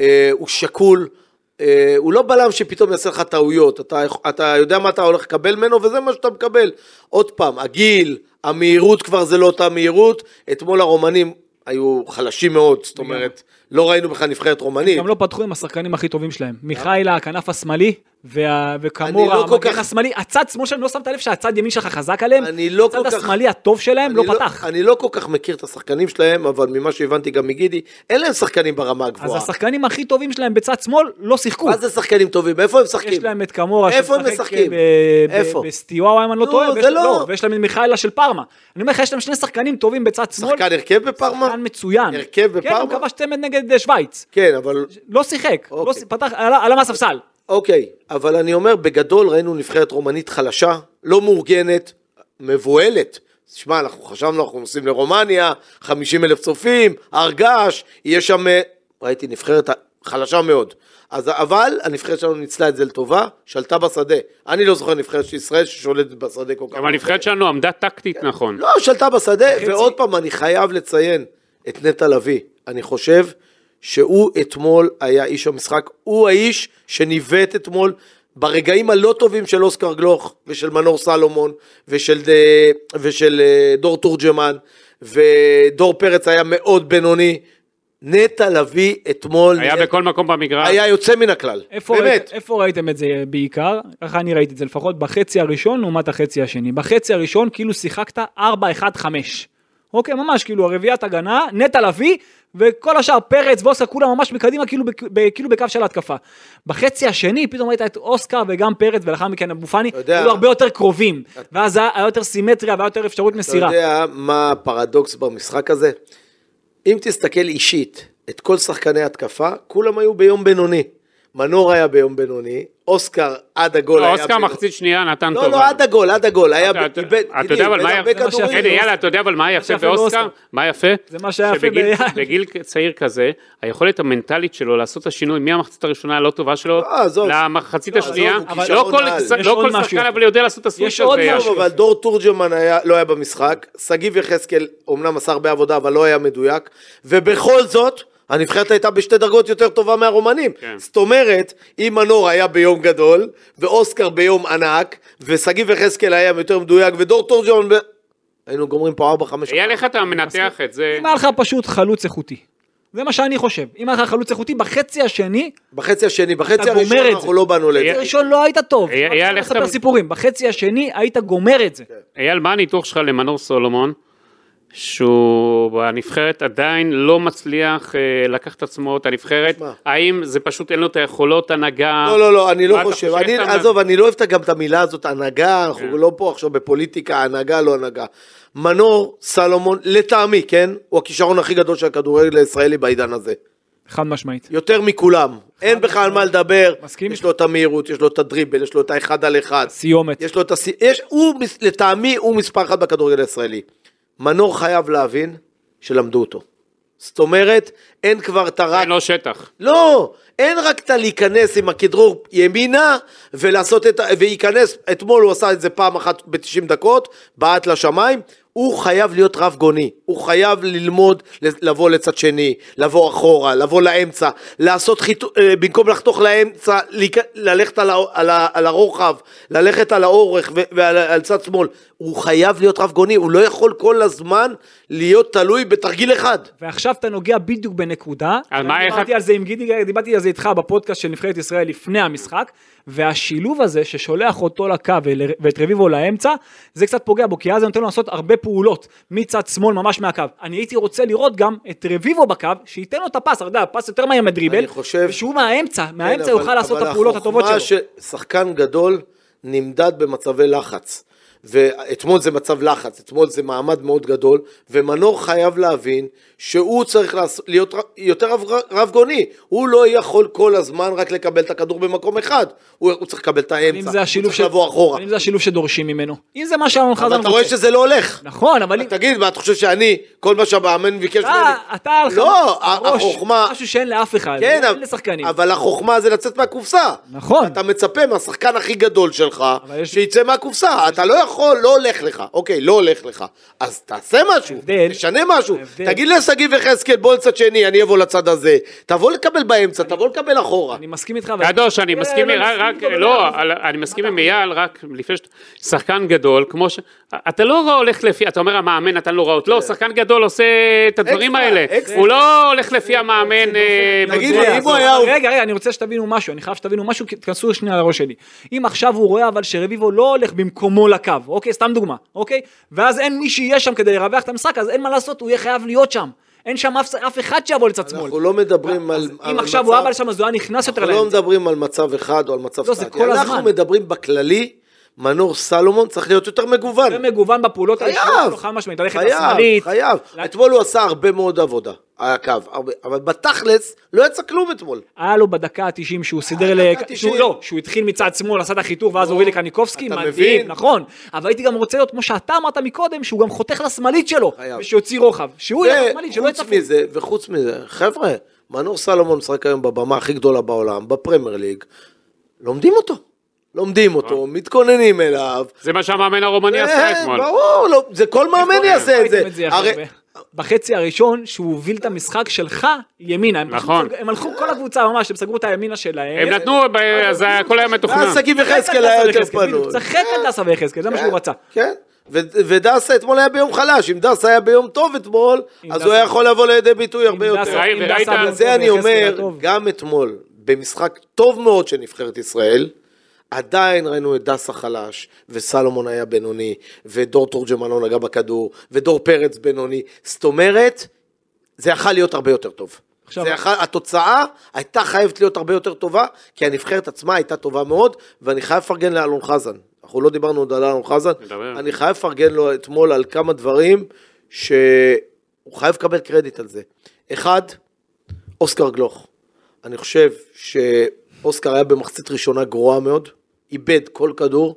Speaker 3: אה, הוא שקול, אה, הוא לא בלם שפתאום יעשה לך טעויות, אתה, יכ- אתה יודע מה אתה הולך לקבל ממנו וזה מה שאתה מקבל. עוד פעם, הגיל, המהירות כבר זה לא אותה מהירות, אתמול הרומנים היו חלשים מאוד, זאת אומרת, לא ראינו בכלל נבחרת רומנית.
Speaker 5: גם לא פתחו עם השחקנים הכי טובים שלהם. מיכאלה, הכנף השמאלי, וה- וכמורה,
Speaker 3: אני לא כל
Speaker 5: המגן
Speaker 3: כך-
Speaker 5: השמאלי, הצד שמאל שלהם, לא שמת לב שהצד ימין שלך חזק עליהם?
Speaker 3: אני לא כל כך-
Speaker 5: הצד השמאלי הטוב שלהם לא
Speaker 3: אני
Speaker 5: פתח.
Speaker 3: אני לא כל כך מכיר את השחקנים שלהם, אבל ממה שהבנתי גם מגידי, אין להם שחקנים ברמה
Speaker 5: אז
Speaker 3: הגבוהה.
Speaker 5: השחקנים הכי טובים שלהם בצד שמאל לא שיחקו.
Speaker 3: מה זה שחקנים טובים? איפה הם משחקים?
Speaker 5: יש להם את קמורה
Speaker 3: איפה הם
Speaker 5: שמשחק
Speaker 3: משחקים?
Speaker 5: ב-
Speaker 3: איפה?
Speaker 5: ב- בסטיואו, אם אני לא
Speaker 3: נו,
Speaker 5: טועה,
Speaker 3: זה
Speaker 5: ויש-
Speaker 3: לא.
Speaker 5: לא, ויש להם את מיכאלה של פארמה. אני אומר לך, יש להם שני שחקנים טובים בצד שמאל.
Speaker 3: שחקן הרכב בפרמה?
Speaker 5: שחקן מצוין.
Speaker 3: הרכב
Speaker 5: כן, הוא
Speaker 3: בפארמה?
Speaker 5: כבש צמד נגד אה, שווייץ.
Speaker 3: כן, אבל
Speaker 5: לא שיחק. לא
Speaker 3: אוקיי.
Speaker 5: ש- פתח, עלה עלה מהספסל.
Speaker 3: אוקיי, אבל אני אומר, בגדול ראינו נבחרת רומנית חלשה, לא מאורגנת, מבוהלת. שמע, אנחנו חשבנו, אנחנו נוסעים לרומניה, 50 אלף צופים, הר געש, יהיה שם... אה, ראיתי נבחרת חלשה מאוד. אז, אבל הנבחרת שלנו ניצלה את זה לטובה, שלטה בשדה. אני לא זוכר נבחרת של ישראל ששולטת בשדה כל כך.
Speaker 4: גם הנבחרת שלנו עמדה טקטית נכון.
Speaker 3: לא, שלטה בשדה, ועוד פעם, אני חייב לציין את נטע לביא. אני חושב שהוא אתמול היה איש המשחק, הוא האיש שניווט אתמול ברגעים הלא טובים של אוסקר גלוך ושל מנור סלומון ושל, ד- ושל אה, דור תורג'מן, ודור פרץ היה מאוד בינוני. נטע לביא אתמול
Speaker 4: היה
Speaker 3: נראה-
Speaker 4: בכל מקום במגרש.
Speaker 3: היה יוצא מן הכלל,
Speaker 5: איפה,
Speaker 3: באמת.
Speaker 5: ראית, איפה ראיתם את זה בעיקר? ככה אני ראיתי את זה לפחות בחצי הראשון לעומת החצי השני. בחצי הראשון כאילו שיחקת 4-1-5.
Speaker 2: אוקיי, ממש, כאילו, הרביעיית הגנה, נטע לביא, וכל השאר, פרץ ואוסקר, כולם ממש מקדימה, כאילו, בק- ב- כאילו בקו של ההתקפה. בחצי השני, פתאום ראית את אוסקר וגם פרץ, ולאחר מכן אבו פאני,
Speaker 3: אתה יודע-
Speaker 2: היו הרבה יותר קרובים. ואז היה היה יותר סימטריה, והיה יותר אפשרות מסירה.
Speaker 3: אתה יודע מה הפרדוקס במשחק הזה? אם תסתכל אישית את כל שחקני התקפה, כולם היו ביום בינוני. מנור היה ביום בינוני, אוסקר עד הגול היה
Speaker 4: לא, אוסקר מחצית שנייה נתן
Speaker 3: לא,
Speaker 4: טובה.
Speaker 3: לא, עד הגול, עד הגול. היה
Speaker 4: אתה-
Speaker 3: ב-
Speaker 4: אתה-
Speaker 3: איבד-
Speaker 4: אתה
Speaker 3: גידי,
Speaker 4: יודע אבל
Speaker 3: איבד
Speaker 4: מה
Speaker 3: הרבה
Speaker 4: יפה,
Speaker 2: כדורים.
Speaker 4: הנה יאללה, אתה יודע אבל מה יפה
Speaker 2: יפה באוסקר.
Speaker 4: באוסקר? מה יפה?
Speaker 2: זה מה שהיה יפה
Speaker 4: שבגיל-
Speaker 2: באייל.
Speaker 4: בגיל צעיר כזה, היכולת המנטלית שלו לעשות את השינוי מהמחצית הראשונה הלא טובה שלו,
Speaker 3: לא, עזוב.
Speaker 4: למחצית
Speaker 3: לא, עזוב,
Speaker 4: השנייה,
Speaker 3: הוא כישרון
Speaker 4: לא כל-
Speaker 3: על.
Speaker 4: לא
Speaker 2: יש עוד
Speaker 4: כל
Speaker 2: משהו
Speaker 4: שחקן
Speaker 2: יפה.
Speaker 4: אבל יודע לעשות את הסוויץ'
Speaker 2: יש עוד
Speaker 4: הזה.
Speaker 2: משהו.
Speaker 3: טוב, אבל דור תורג'מן היה, לא היה במשחק, שגיב יחזקאל אומנם עשה הרבה עבודה, אבל לא היה מדויק, ובכל זאת, הנבחרת הייתה בשתי דרגות יותר טובה מהרומנים.
Speaker 4: כן.
Speaker 3: זאת אומרת, אם מנור היה ביום גדול, ואוסקר ביום ענק, ושגיב יחזקאל היה יותר מדויק, ודור תורג'מן... ב... היינו גומרים פה 4-5...
Speaker 4: אייל, איך אתה מנתח את זה?
Speaker 2: אם היה לך פשוט חלוץ איכותי. זה מה שאני חושב. אם היה לך חלוץ איכותי, בחצי השני,
Speaker 3: בחצי השני, בחצי
Speaker 2: אתה גומר
Speaker 3: הראשון
Speaker 2: את זה.
Speaker 3: אנחנו לא באנו לזה.
Speaker 4: אייל-
Speaker 2: הראשון לא היית טוב.
Speaker 4: אייל,
Speaker 2: אל
Speaker 4: איך
Speaker 2: תספר
Speaker 4: אתה-
Speaker 2: סיפורים. בחצי השני היית גומר את זה.
Speaker 3: כן.
Speaker 4: אייל, מה הניתוח שלך למנור סולומון, שהוא בנבחרת עדיין לא מצליח אה, לקחת את עצמו את הנבחרת?
Speaker 3: תשמע.
Speaker 4: האם זה פשוט אין לו את היכולות הנהגה?
Speaker 3: לא, לא, לא, אני
Speaker 4: אה, מה
Speaker 3: לא
Speaker 4: אתה
Speaker 3: חושב.
Speaker 4: חושב?
Speaker 3: אני,
Speaker 4: אתה-
Speaker 3: עזוב, אני לא אוהב את- גם את המילה הזאת, הנהגה, אנחנו לא פה עכשיו בפוליטיקה, הנהגה, לא הנהגה. מנור סלומון, לטעמי, כן? הוא הכישרון הכי גדול של הכדורגל הישראלי בעידן הזה.
Speaker 2: חד משמעית.
Speaker 3: יותר מכולם. אין בכלל על מה לדבר.
Speaker 2: מסכים
Speaker 3: יש לו את המהירות, יש לו את הדריבל, יש לו את האחד על אחד.
Speaker 2: סיומת.
Speaker 3: יש לו את הסי... יש... הוא, מס- לטעמי, הוא מספר אחת בכדורגל הישראלי. מנור חייב להבין שלמדו אותו. זאת אומרת, אין כבר את הרק
Speaker 4: אין לו שטח.
Speaker 3: לא, אין רק את הלהיכנס עם הכדרור ימינה ולעשות את, ה- וייכנס, אתמול הוא עשה את זה פעם אחת ב-90 דקות, בעט לשמיים, הוא חייב להיות רב גוני, הוא חייב ללמוד ל- לבוא לצד שני, לבוא אחורה, לבוא לאמצע, לעשות חיתוך, במקום לחתוך לאמצע, להיכ... ללכת על, ה... על, ה... על הרוחב, ללכת על האורך ו... ועל על צד שמאל, הוא חייב להיות רב גוני, הוא לא יכול כל הזמן להיות תלוי בתרגיל אחד.
Speaker 2: ועכשיו אתה נוגע בדיוק בנקודה.
Speaker 4: על מה,
Speaker 2: אני
Speaker 4: איך
Speaker 2: דיברתי
Speaker 4: את-
Speaker 2: על זה עם גידי, דיברתי על זה איתך בפודקאסט של נבחרת ישראל לפני המשחק, והשילוב הזה ששולח אותו לקו ול- ואת רביבו לאמצע, זה קצת פוגע בו, כי אז זה נותן לו לעשות הרבה פעולות מצד שמאל ממש מהקו. אני הייתי רוצה לראות גם את רביבו בקו, שייתן לו את הפס, אתה יודע, הפס יותר מהר מדריבל,
Speaker 3: אני חושב-
Speaker 2: ושהוא מהאמצע,
Speaker 3: כן,
Speaker 2: מהאמצע
Speaker 3: אבל-
Speaker 2: יוכל לעשות את
Speaker 3: אבל
Speaker 2: הפעולות הטובות שלו.
Speaker 3: החוכמה ששחקן גדול נמדד במצבי לחץ. ואתמול זה מצב לחץ, אתמול זה מעמד מאוד גדול, ומנור חייב להבין שהוא צריך לעשות, להיות ר- יותר רב, רב גוני, הוא לא יכול כל הזמן רק לקבל את הכדור במקום אחד, הוא, הוא צריך לקבל את
Speaker 2: אם
Speaker 3: האמצע,
Speaker 2: זה
Speaker 3: הוא
Speaker 2: השילוב
Speaker 3: צריך
Speaker 2: ש-
Speaker 3: לבוא אחורה,
Speaker 2: אם זה השילוב שדורשים ממנו. אם זה מה שאלון חזן
Speaker 3: אבל אתה רואה
Speaker 2: רוצה.
Speaker 3: שזה לא הולך,
Speaker 2: נכון, אבל אם...
Speaker 3: תגיד, מה, אתה חושב שאני, כל מה שהמאמן ביקש
Speaker 2: אתה,
Speaker 3: ממני,
Speaker 2: אתה על
Speaker 3: לא,
Speaker 2: חמש- ראש,
Speaker 3: החוכמה,
Speaker 2: משהו שאין לאף אחד,
Speaker 3: כן,
Speaker 2: אין
Speaker 3: אבל-
Speaker 2: לשחקנים.
Speaker 3: אבל החוכמה זה לצאת מהקופסה.
Speaker 2: נכון.
Speaker 3: אתה מצפה מהשחקן הכי גדול שלך,
Speaker 2: אבל יש-
Speaker 3: שיצא מהקופסה. אתה לא יכול, לא הולך לך. אוקיי, לא הולך לך. אז תעשה משהו,
Speaker 2: ההבדל-
Speaker 3: תשנה משהו.
Speaker 2: ההבדל-
Speaker 3: תגיד לשגיב יחזקאל, בוא לצד שני, אני אבוא לצד הזה. תבוא לקבל באמצע, תבוא לקבל אחורה.
Speaker 2: אני מסכים איתך. אבל-
Speaker 4: קדוש, אני
Speaker 3: כן,
Speaker 2: אה,
Speaker 4: מסכים,
Speaker 2: לא,
Speaker 4: רק, רק-
Speaker 2: איתו
Speaker 4: לא,
Speaker 2: בדבר הזה.
Speaker 4: על- אני מסכים עם אייל, רק לפני ש... שחקן גדול, כמו ש... אתה לא הולך לפי, אתה אומר המאמן נתן לו רעות, לא, שחקן גדול עושה את הדברים
Speaker 3: כן. אקסטרה,
Speaker 4: האלה,
Speaker 3: אקסטרה.
Speaker 4: הוא לא הולך לפי המאמן, אה,
Speaker 3: תגיד
Speaker 4: יודע,
Speaker 3: לי, אם הוא
Speaker 4: זה-
Speaker 3: היה...
Speaker 2: אבל רגע, רגע, אני רוצה שתבינו משהו, אני חייב שתבינו משהו, כי תכנסו שנייה לראש שלי. אם עכשיו הוא רואה אבל שרביבו לא הולך במקומו לקו, אוקיי? סתם דוגמה, אוקיי? ואז אין מי שיהיה שם כדי לרווח את המשחק, אז אין מה לעשות, הוא יהיה חייב להיות שם. אין שם אף- אף אחד שיבוא לצד שמאל.
Speaker 3: אנחנו לא מדברים על...
Speaker 2: אז
Speaker 3: על
Speaker 2: אם עכשיו
Speaker 3: מצב-
Speaker 2: הוא אבל שם, אז הוא היה נכנס יותר
Speaker 3: אנחנו לא
Speaker 2: לאמצע.
Speaker 3: מדברים על מצב אחד או על מצב
Speaker 2: לא, זה
Speaker 3: סטטי.
Speaker 2: כל
Speaker 3: אנחנו
Speaker 2: הזמן.
Speaker 3: מדברים בכללי, מנור סלומון צריך להיות יותר מגוון.
Speaker 2: יותר מגוון בפעולות הראשונות
Speaker 3: חייב,
Speaker 2: שלו, חד משמעית, ללכת
Speaker 3: חייב,
Speaker 2: לשמאלית.
Speaker 3: חייב. אתמול הוא עשה הרבה מאוד עבודה, על הקו, הרבה, אבל בתכלס לא יצא כלום אתמול.
Speaker 2: היה לו בדקה ה-90 שהוא סידר ל...
Speaker 3: בדקה ה- 90.
Speaker 2: שהוא לא, שהוא התחיל מצד שמאל, עשה את החיתוך ואז הוריד לקניקובסקי,
Speaker 3: אתה
Speaker 2: מדהים,
Speaker 3: מבין?
Speaker 2: נכון. אבל הייתי גם רוצה להיות, כמו שאתה אמרת מקודם, שהוא גם חותך לשמאלית שלו,
Speaker 3: חייב.
Speaker 2: ושיוציא רוחב. שהוא ילך לשמאלית, שלא
Speaker 3: וחוץ
Speaker 2: יצפו.
Speaker 3: מזה, וחוץ מזה, חבר'ה, מנור סלומון משחק היום בבמה הכי גדולה בעולם, בפרמייר ליג, לומדים אותו. לומדים אותו, מתכוננים אליו.
Speaker 4: זה מה שהמאמן הרומני
Speaker 3: אה,
Speaker 4: נכון. עשה אתמול.
Speaker 3: ברור, לא, זה כל מאמן יעשה את זה.
Speaker 2: לא ראיתם את זה יפה
Speaker 3: הרי-
Speaker 2: הרבה. בחצי הראשון, שהוא הוביל את המשחק שלך ימינה. הם פשוט
Speaker 4: נכון.
Speaker 2: סגרו- הם הלכו כל הקבוצה ממש, הם סגרו את הימינה שלהם.
Speaker 4: הם
Speaker 3: אה,
Speaker 4: נתנו, ב- אז הכל היה מתוכנן.
Speaker 3: ואז
Speaker 2: כן,
Speaker 3: שגיב יחזקאל היה יותר פנוי.
Speaker 2: צחק על דסה ויחזקאל, זה מה שהוא רצה.
Speaker 3: כן, ו- ודסה אתמול היה ביום חלש, אם דסה היה ביום טוב אתמול,
Speaker 2: אם
Speaker 3: אז
Speaker 2: דסה-
Speaker 3: הוא היה יכול לבוא לידי ביטוי הרבה
Speaker 2: אם
Speaker 3: יותר.
Speaker 2: דסה- אם
Speaker 4: וראית-
Speaker 2: דסה
Speaker 4: וראית-
Speaker 2: היה
Speaker 4: על
Speaker 2: טוב
Speaker 3: זה אני
Speaker 2: ויחזקאל היה
Speaker 3: אומר,
Speaker 2: טוב.
Speaker 3: גם אתמול, במשחק טוב מאוד של נבחרת ישראל, עדיין ראינו את דסה חלש, וסלומון היה בינוני, ודור תורג'מן לא נגע בכדור, ודור פרץ בינוני. זאת אומרת, זה יכול להיות הרבה יותר טוב.
Speaker 2: עכשיו-
Speaker 3: עכשיו... זה יכול, התוצאה הייתה חייבת להיות הרבה יותר טובה, כי הנבחרת עצמה הייתה טובה מאוד, ואני חייב לפרגן לאלון חזן. אנחנו לא דיברנו עוד על אלון חזן,
Speaker 4: נדבר.
Speaker 3: אני חייב לפרגן לו אתמול על כמה דברים שהוא חייב לקבל קרדיט על זה. אחד, אוסקר גלוך. אני חושב שאוסקר היה במחצית ראשונה גרועה מאוד, איבד כל כדור,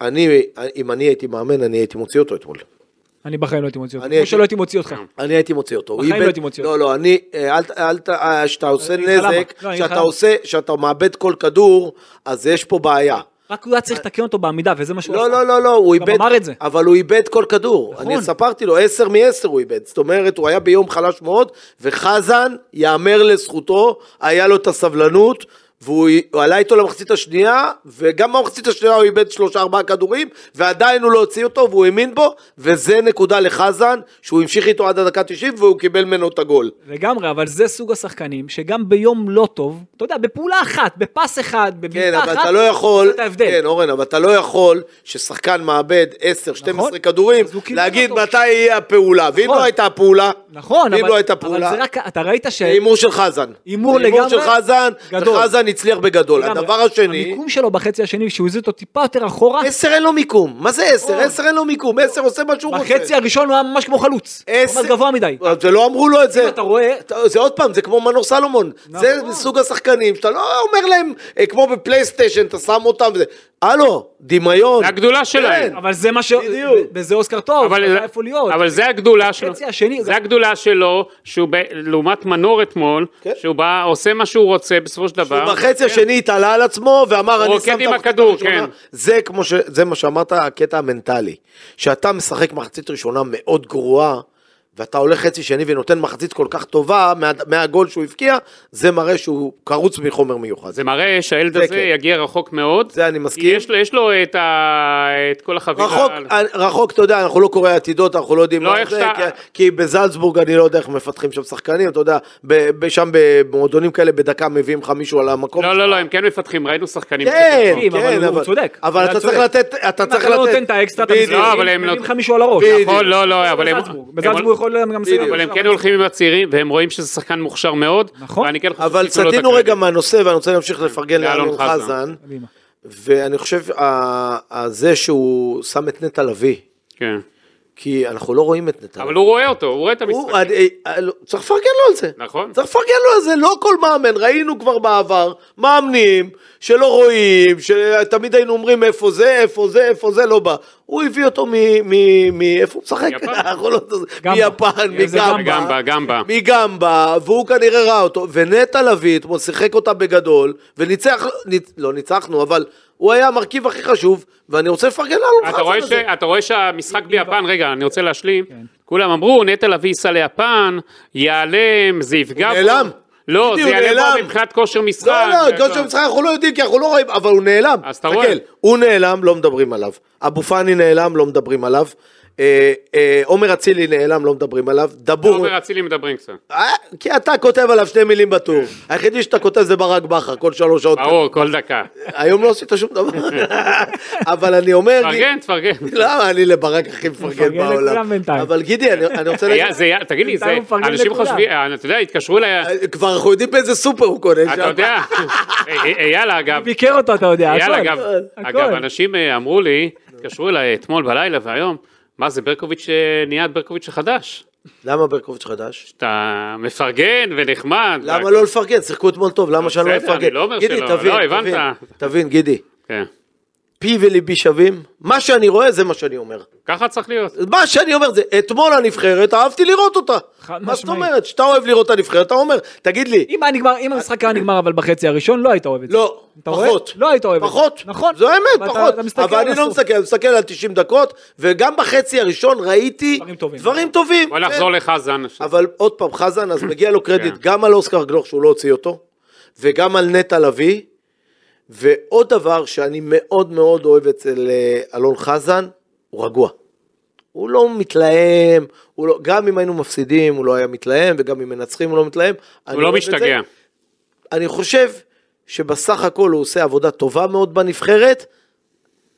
Speaker 3: ואני, אם אני הייתי מאמן, אני הייתי מוציא אותו אתמול.
Speaker 2: אני בחיים לא הייתי מוציא אותך.
Speaker 3: אני
Speaker 2: כמו
Speaker 3: הייתי- כן.
Speaker 2: שלא הייתי מוציא אותך.
Speaker 3: אני הייתי מוציא אותו. הוא
Speaker 2: בחיים לא
Speaker 3: איבד-
Speaker 2: הייתי מוציא
Speaker 3: לא, לא, אני, אה, אל, ת- אל, ת- אה, שאתה עושה
Speaker 2: אני אגיד לך למה.
Speaker 3: נזק,
Speaker 2: לא, אני אגיד לך
Speaker 3: שאתה
Speaker 2: למה.
Speaker 3: עושה, שאתה מאבד כל כדור, אז יש פה בעיה.
Speaker 2: רק הוא היה צריך לתקן אותו בעמידה, וזה מה שהוא
Speaker 3: אה. לא,
Speaker 2: עשה.
Speaker 3: לא, לא, לא, הוא
Speaker 2: גם
Speaker 3: איבד,
Speaker 2: אמר את זה.
Speaker 3: אבל הוא איבד כל כדור.
Speaker 2: נכון.
Speaker 3: אני ספרתי לו, 10 מ-10 הוא איבד. זאת אומרת, הוא היה ביום חלש מאוד, וחזן, יאמר לזכותו, היה לו את הסבלנות, והוא הוא עלה איתו למחצית השנייה, וגם במחצית השנייה הוא איבד שלושה ארבעה כדורים, ועדיין הוא לא הוציא אותו, והוא האמין בו, וזה נקודה לחזן, שהוא המשיך איתו עד הדקה 90, והוא קיבל ממנו את הגול.
Speaker 2: לגמרי, אבל זה סוג השחקנים שגם ביום לא טוב, אתה יודע, בפעולה אחת, בפס אחד,
Speaker 3: כן,
Speaker 2: בבעיטה אחת,
Speaker 3: אבל אתה לא יכול,
Speaker 2: עושה את ההבדל.
Speaker 3: כן, אורן, אבל אתה לא יכול ששחקן מאבד 10, 12
Speaker 2: נכון.
Speaker 3: כדורים,
Speaker 2: אז הוא קיבל
Speaker 3: להגיד
Speaker 2: אותו.
Speaker 3: מתי יהיה הפעולה, ואם
Speaker 2: נכון.
Speaker 3: לא הייתה הפעולה,
Speaker 2: נכון,
Speaker 3: ואם
Speaker 2: אבל,
Speaker 3: לא הייתה
Speaker 2: אבל
Speaker 3: פעולה,
Speaker 2: זה רק, אתה ראית ש...
Speaker 3: זה הימור של חזן.
Speaker 2: הימור
Speaker 3: זה הימור
Speaker 2: לגמרי
Speaker 3: של חזן,
Speaker 2: גדול.
Speaker 3: וחזן הצליח בגדול.
Speaker 2: לגמרי.
Speaker 3: הדבר השני,
Speaker 2: המיקום שלו בחצי השני, שהוא הזיז אותו טיפה יותר אחורה,
Speaker 3: 10 אין לו מיקום, מה זה 10?
Speaker 2: אורן.
Speaker 3: 10 אין לו מיקום, 10 עושה מה שהוא רוצה.
Speaker 2: נכון. בחצי הראשון הוא היה ממש כמו חלוץ.
Speaker 3: עשר-
Speaker 2: ממש גבוה מדי.
Speaker 3: אבל זה לא אמרו לו את זה.
Speaker 2: אם אתה רואה-
Speaker 3: אתה- זה עוד פעם, זה כמו מנור סלומון. זה מסוג השחקנים שאתה לא אומר להם, אה, כמו בפלייסטיישן, אתה שם אותם וזה. הלו, דמיון. כן.
Speaker 4: זה הגדולה שלהם.
Speaker 2: אבל זה מה ש...
Speaker 3: בדיוק.
Speaker 2: בזה אוסקר טוב, אבל
Speaker 4: אבל,
Speaker 2: היה איפה להיות.
Speaker 4: אבל זה הגדולה שלו,
Speaker 2: בחצי השני,
Speaker 4: זה הגדולה שלו, שהוא ב, לעומת מנור אתמול,
Speaker 3: כן.
Speaker 4: שהוא בא, עושה מה שהוא רוצה בסופו של דבר.
Speaker 3: בחצי השני התעלה על עצמו ואמר
Speaker 4: הוא
Speaker 3: אני שם
Speaker 4: כן. רוקד
Speaker 3: את
Speaker 4: עם
Speaker 3: המחצית
Speaker 4: הכדור,
Speaker 3: הראשונה.
Speaker 4: כן.
Speaker 3: זה כמו ש... זה מה שאמרת, הקטע המנטלי. שאתה משחק מחצית ראשונה מאוד גרועה, ואתה הולך חצי שני ונותן מחצית כל כך טובה מה... מהגול שהוא הבקיע, זה מראה שהוא קרוץ מחומר מיוחד.
Speaker 4: זה מראה שהילד
Speaker 3: זה
Speaker 4: הזה
Speaker 3: כן.
Speaker 4: יגיע רחוק מאוד.
Speaker 3: זה אני
Speaker 4: כי
Speaker 3: מסכים.
Speaker 4: יש לו, יש לו את, ה, את כל החבילה.
Speaker 3: רחוק,
Speaker 4: על-
Speaker 3: רחוק, אתה יודע, אנחנו לא קוראי עתידות, אנחנו לא יודעים
Speaker 4: לא,
Speaker 3: מה
Speaker 4: איך
Speaker 3: זה,
Speaker 4: שאתה-
Speaker 3: כי, כי בזלצבורג אני לא יודע איך מפתחים שם שחקנים, אתה יודע, ב, ב, שם במועדונים כאלה בדקה מביאים לך מישהו על המקום.
Speaker 4: לא, לא, לא, הם כן מפתחים, ראינו שחקנים.
Speaker 3: כן,
Speaker 2: מפתחים, אבל
Speaker 3: כן,
Speaker 2: הוא צודק.
Speaker 3: אבל
Speaker 2: הוא
Speaker 3: אתה צריך
Speaker 2: צודק.
Speaker 3: לתת, אתה
Speaker 2: אם
Speaker 3: צריך
Speaker 2: אתה לא
Speaker 3: לתת,
Speaker 2: נותן את האקסטרה, אתה
Speaker 3: בדיוק.
Speaker 4: לא, אבל
Speaker 2: מסתכל,
Speaker 4: הם לא-
Speaker 2: מביאים לך מישהו על הראש.
Speaker 3: בדיוק.
Speaker 4: נכון, לא, לא, אבל הם...
Speaker 2: בזלצבורג.
Speaker 4: הם-
Speaker 2: בזלצבורג יכול גם לסיים.
Speaker 4: אבל הם כן הולכים עם הצעירים, והם רואים שזה שחקן מוכשר מאוד.
Speaker 2: נכון.
Speaker 4: ואני כן חושב
Speaker 3: אבל
Speaker 4: שייתנו לו את
Speaker 3: סטינו רגע
Speaker 4: הקרדיט.
Speaker 3: מהנושא, ואני רוצה להמשיך לפרגן
Speaker 4: לאלון
Speaker 3: לאלון
Speaker 4: חזן.
Speaker 3: חזן,
Speaker 2: קדימה.
Speaker 3: ואני חושב, ה- ה- זה שהוא שם את נטע לביא,
Speaker 4: כן.
Speaker 3: כי אנחנו לא רואים את נטע
Speaker 4: אבל
Speaker 3: לביא.
Speaker 4: הוא רואה אותו, הוא רואה את
Speaker 3: הוא-
Speaker 4: המשחק.
Speaker 3: אני- אה, לא, צריך לפרגן לו על זה.
Speaker 4: נכון.
Speaker 3: צריך לפרגן לו על זה, לא כל מאמן, ראינו כבר בעבר, מאמנים שלא רואים, שתמיד היינו אומרים איפה זה, איפה זה, איפה זה, לא בא. הוא הביא אותו מ... מ- מ- איפה הוא משחק?
Speaker 4: יפן.
Speaker 3: אנחנו לא-
Speaker 2: גמבה.
Speaker 3: מיפן,
Speaker 2: איזה
Speaker 3: מגמבה.
Speaker 4: גמבה, גמבה.
Speaker 3: מגמבה, והוא כנראה ראה אותו, ונטע לביא אתמול שיחק אותה בגדול, וניצח, ניצ, לא ניצחנו, אבל הוא היה המרכיב הכי חשוב, ואני רוצה לפרגן לאלון
Speaker 4: אתה רואה,
Speaker 3: חזן
Speaker 4: ש...
Speaker 3: הזה.
Speaker 4: אתה רואה שהמשחק
Speaker 3: לא
Speaker 4: ביפן, רגע, אני רוצה להשלים.
Speaker 3: כן.
Speaker 4: כולם אמרו, נטע לביא ייסע ליפן, ייעלם, זה יפגע
Speaker 3: הוא
Speaker 4: בו.
Speaker 3: נעלם.
Speaker 4: לא,
Speaker 3: בדיוק,
Speaker 4: זה ייעלם
Speaker 3: נעלם.
Speaker 4: בו מבחינת כושר משחק.
Speaker 3: לא, לא,
Speaker 4: זה-
Speaker 3: גול של משחק אנחנו לא יודעים, כי אנחנו לא רואים, אבל הוא נעלם.
Speaker 4: אז אתה רואה.
Speaker 3: תסתכל, הוא נעלם, לא מדברים עליו. אבו פאני נעלם, לא מדברים עליו. אה, אה, עומר אצילי נעלם, לא מדברים עליו. דבור,
Speaker 4: עומר אצילי מדברים קצת.
Speaker 3: אה, כי אתה כותב עליו שתי מילים בטור. היחידי שאתה כותב זה ברק בכר, כל שלוש שעות.
Speaker 4: כן. ברור, כל דקה.
Speaker 3: היום לא עשית שום דבר. אבל אני אומר...
Speaker 4: תפרגן, תפרגן.
Speaker 3: למה אני לא לברק הכי מפרגן
Speaker 2: מפרגן לכולם
Speaker 3: בעולם?
Speaker 2: בינתיים.
Speaker 3: אבל גידי, אני אני רוצה
Speaker 4: היה-
Speaker 3: להגיד,
Speaker 4: זה היה- תגיד לי, זה,
Speaker 2: בינתיים הוא מפרגן
Speaker 4: אנשים
Speaker 2: לכולם.
Speaker 4: חושבים, אה, אתה יודע, התקשרו אליי,
Speaker 3: אה, כבר אנחנו יודעים באיזה סופר הוא קונה שם.
Speaker 4: אתה יודע, אה, אה, אייל אגב,
Speaker 2: ביקר אותו, אתה יודע, הכל.
Speaker 4: אייל אגב,
Speaker 2: הכל.
Speaker 4: אגב, אנשים אה, אמרו לי, התקשרו אליי אתמול בלילה והיום, מה זה ברקוביץ' אה, נהיה ברקוביץ' החדש?
Speaker 3: למה ברקוביץ' חדש?
Speaker 4: אתה מפרגן ונחמד.
Speaker 3: למה לא לפרגן? שיחקו אתמול טוב, למה שאני לא
Speaker 4: בסדר, אני
Speaker 3: אפרגן?
Speaker 4: לא אומר
Speaker 3: גידי,
Speaker 4: שלא,
Speaker 3: תבין,
Speaker 4: לא, הבנת.
Speaker 3: תבין, תבין, גידי,
Speaker 4: כן.
Speaker 3: פי וליבי שווים, מה שאני רואה זה מה שאני אומר.
Speaker 4: ככה צריך להיות.
Speaker 3: מה שאני אומר זה, אתמול הנבחרת, אהבתי לראות אותה.
Speaker 2: חד
Speaker 3: מה זאת
Speaker 2: משמעית.
Speaker 3: אומרת? שאתה אוהב לראות את הנבחרת, אתה אומר, תגיד לי,
Speaker 2: אם היה נגמר- אם המשחק היה נגמר אבל בחצי הראשון, לא היית אוהב את זה.
Speaker 3: לא,
Speaker 2: אתה רואה?
Speaker 3: פחות.
Speaker 2: לא היית אוהב את זה.
Speaker 3: פחות.
Speaker 2: נכון.
Speaker 3: זו האמת,
Speaker 2: ואתה-
Speaker 3: פחות.
Speaker 2: אתה מסתכל
Speaker 3: אבל
Speaker 2: על
Speaker 3: אני לא
Speaker 2: הסוף.
Speaker 3: מסתכל, אני מסתכל על 90 דקות, וגם בחצי הראשון ראיתי
Speaker 2: דברים טובים.
Speaker 3: דברים טובים.
Speaker 4: בוא
Speaker 3: כן.
Speaker 4: נחזור לחזן.
Speaker 3: אבל עוד פעם, חזן, אז מגיע לו קרדיט
Speaker 4: כן.
Speaker 3: גם על אוסקר גלוך שהוא לא הוציא אותו, וגם על נטע לביא, ועוד דבר שאני מאוד מאוד אוהב אצל אה, אלון חזן, הוא רגוע. הוא לא מתלהם, הוא לא, גם אם היינו מפסידים הוא לא היה מתלהם, וגם אם מנצחים הוא לא מתלהם. אני
Speaker 4: הוא לא
Speaker 3: אוהב את זה.
Speaker 4: משתגע.
Speaker 3: אני חושב שבסך הכל הוא עושה עבודה טובה מאוד בנבחרת.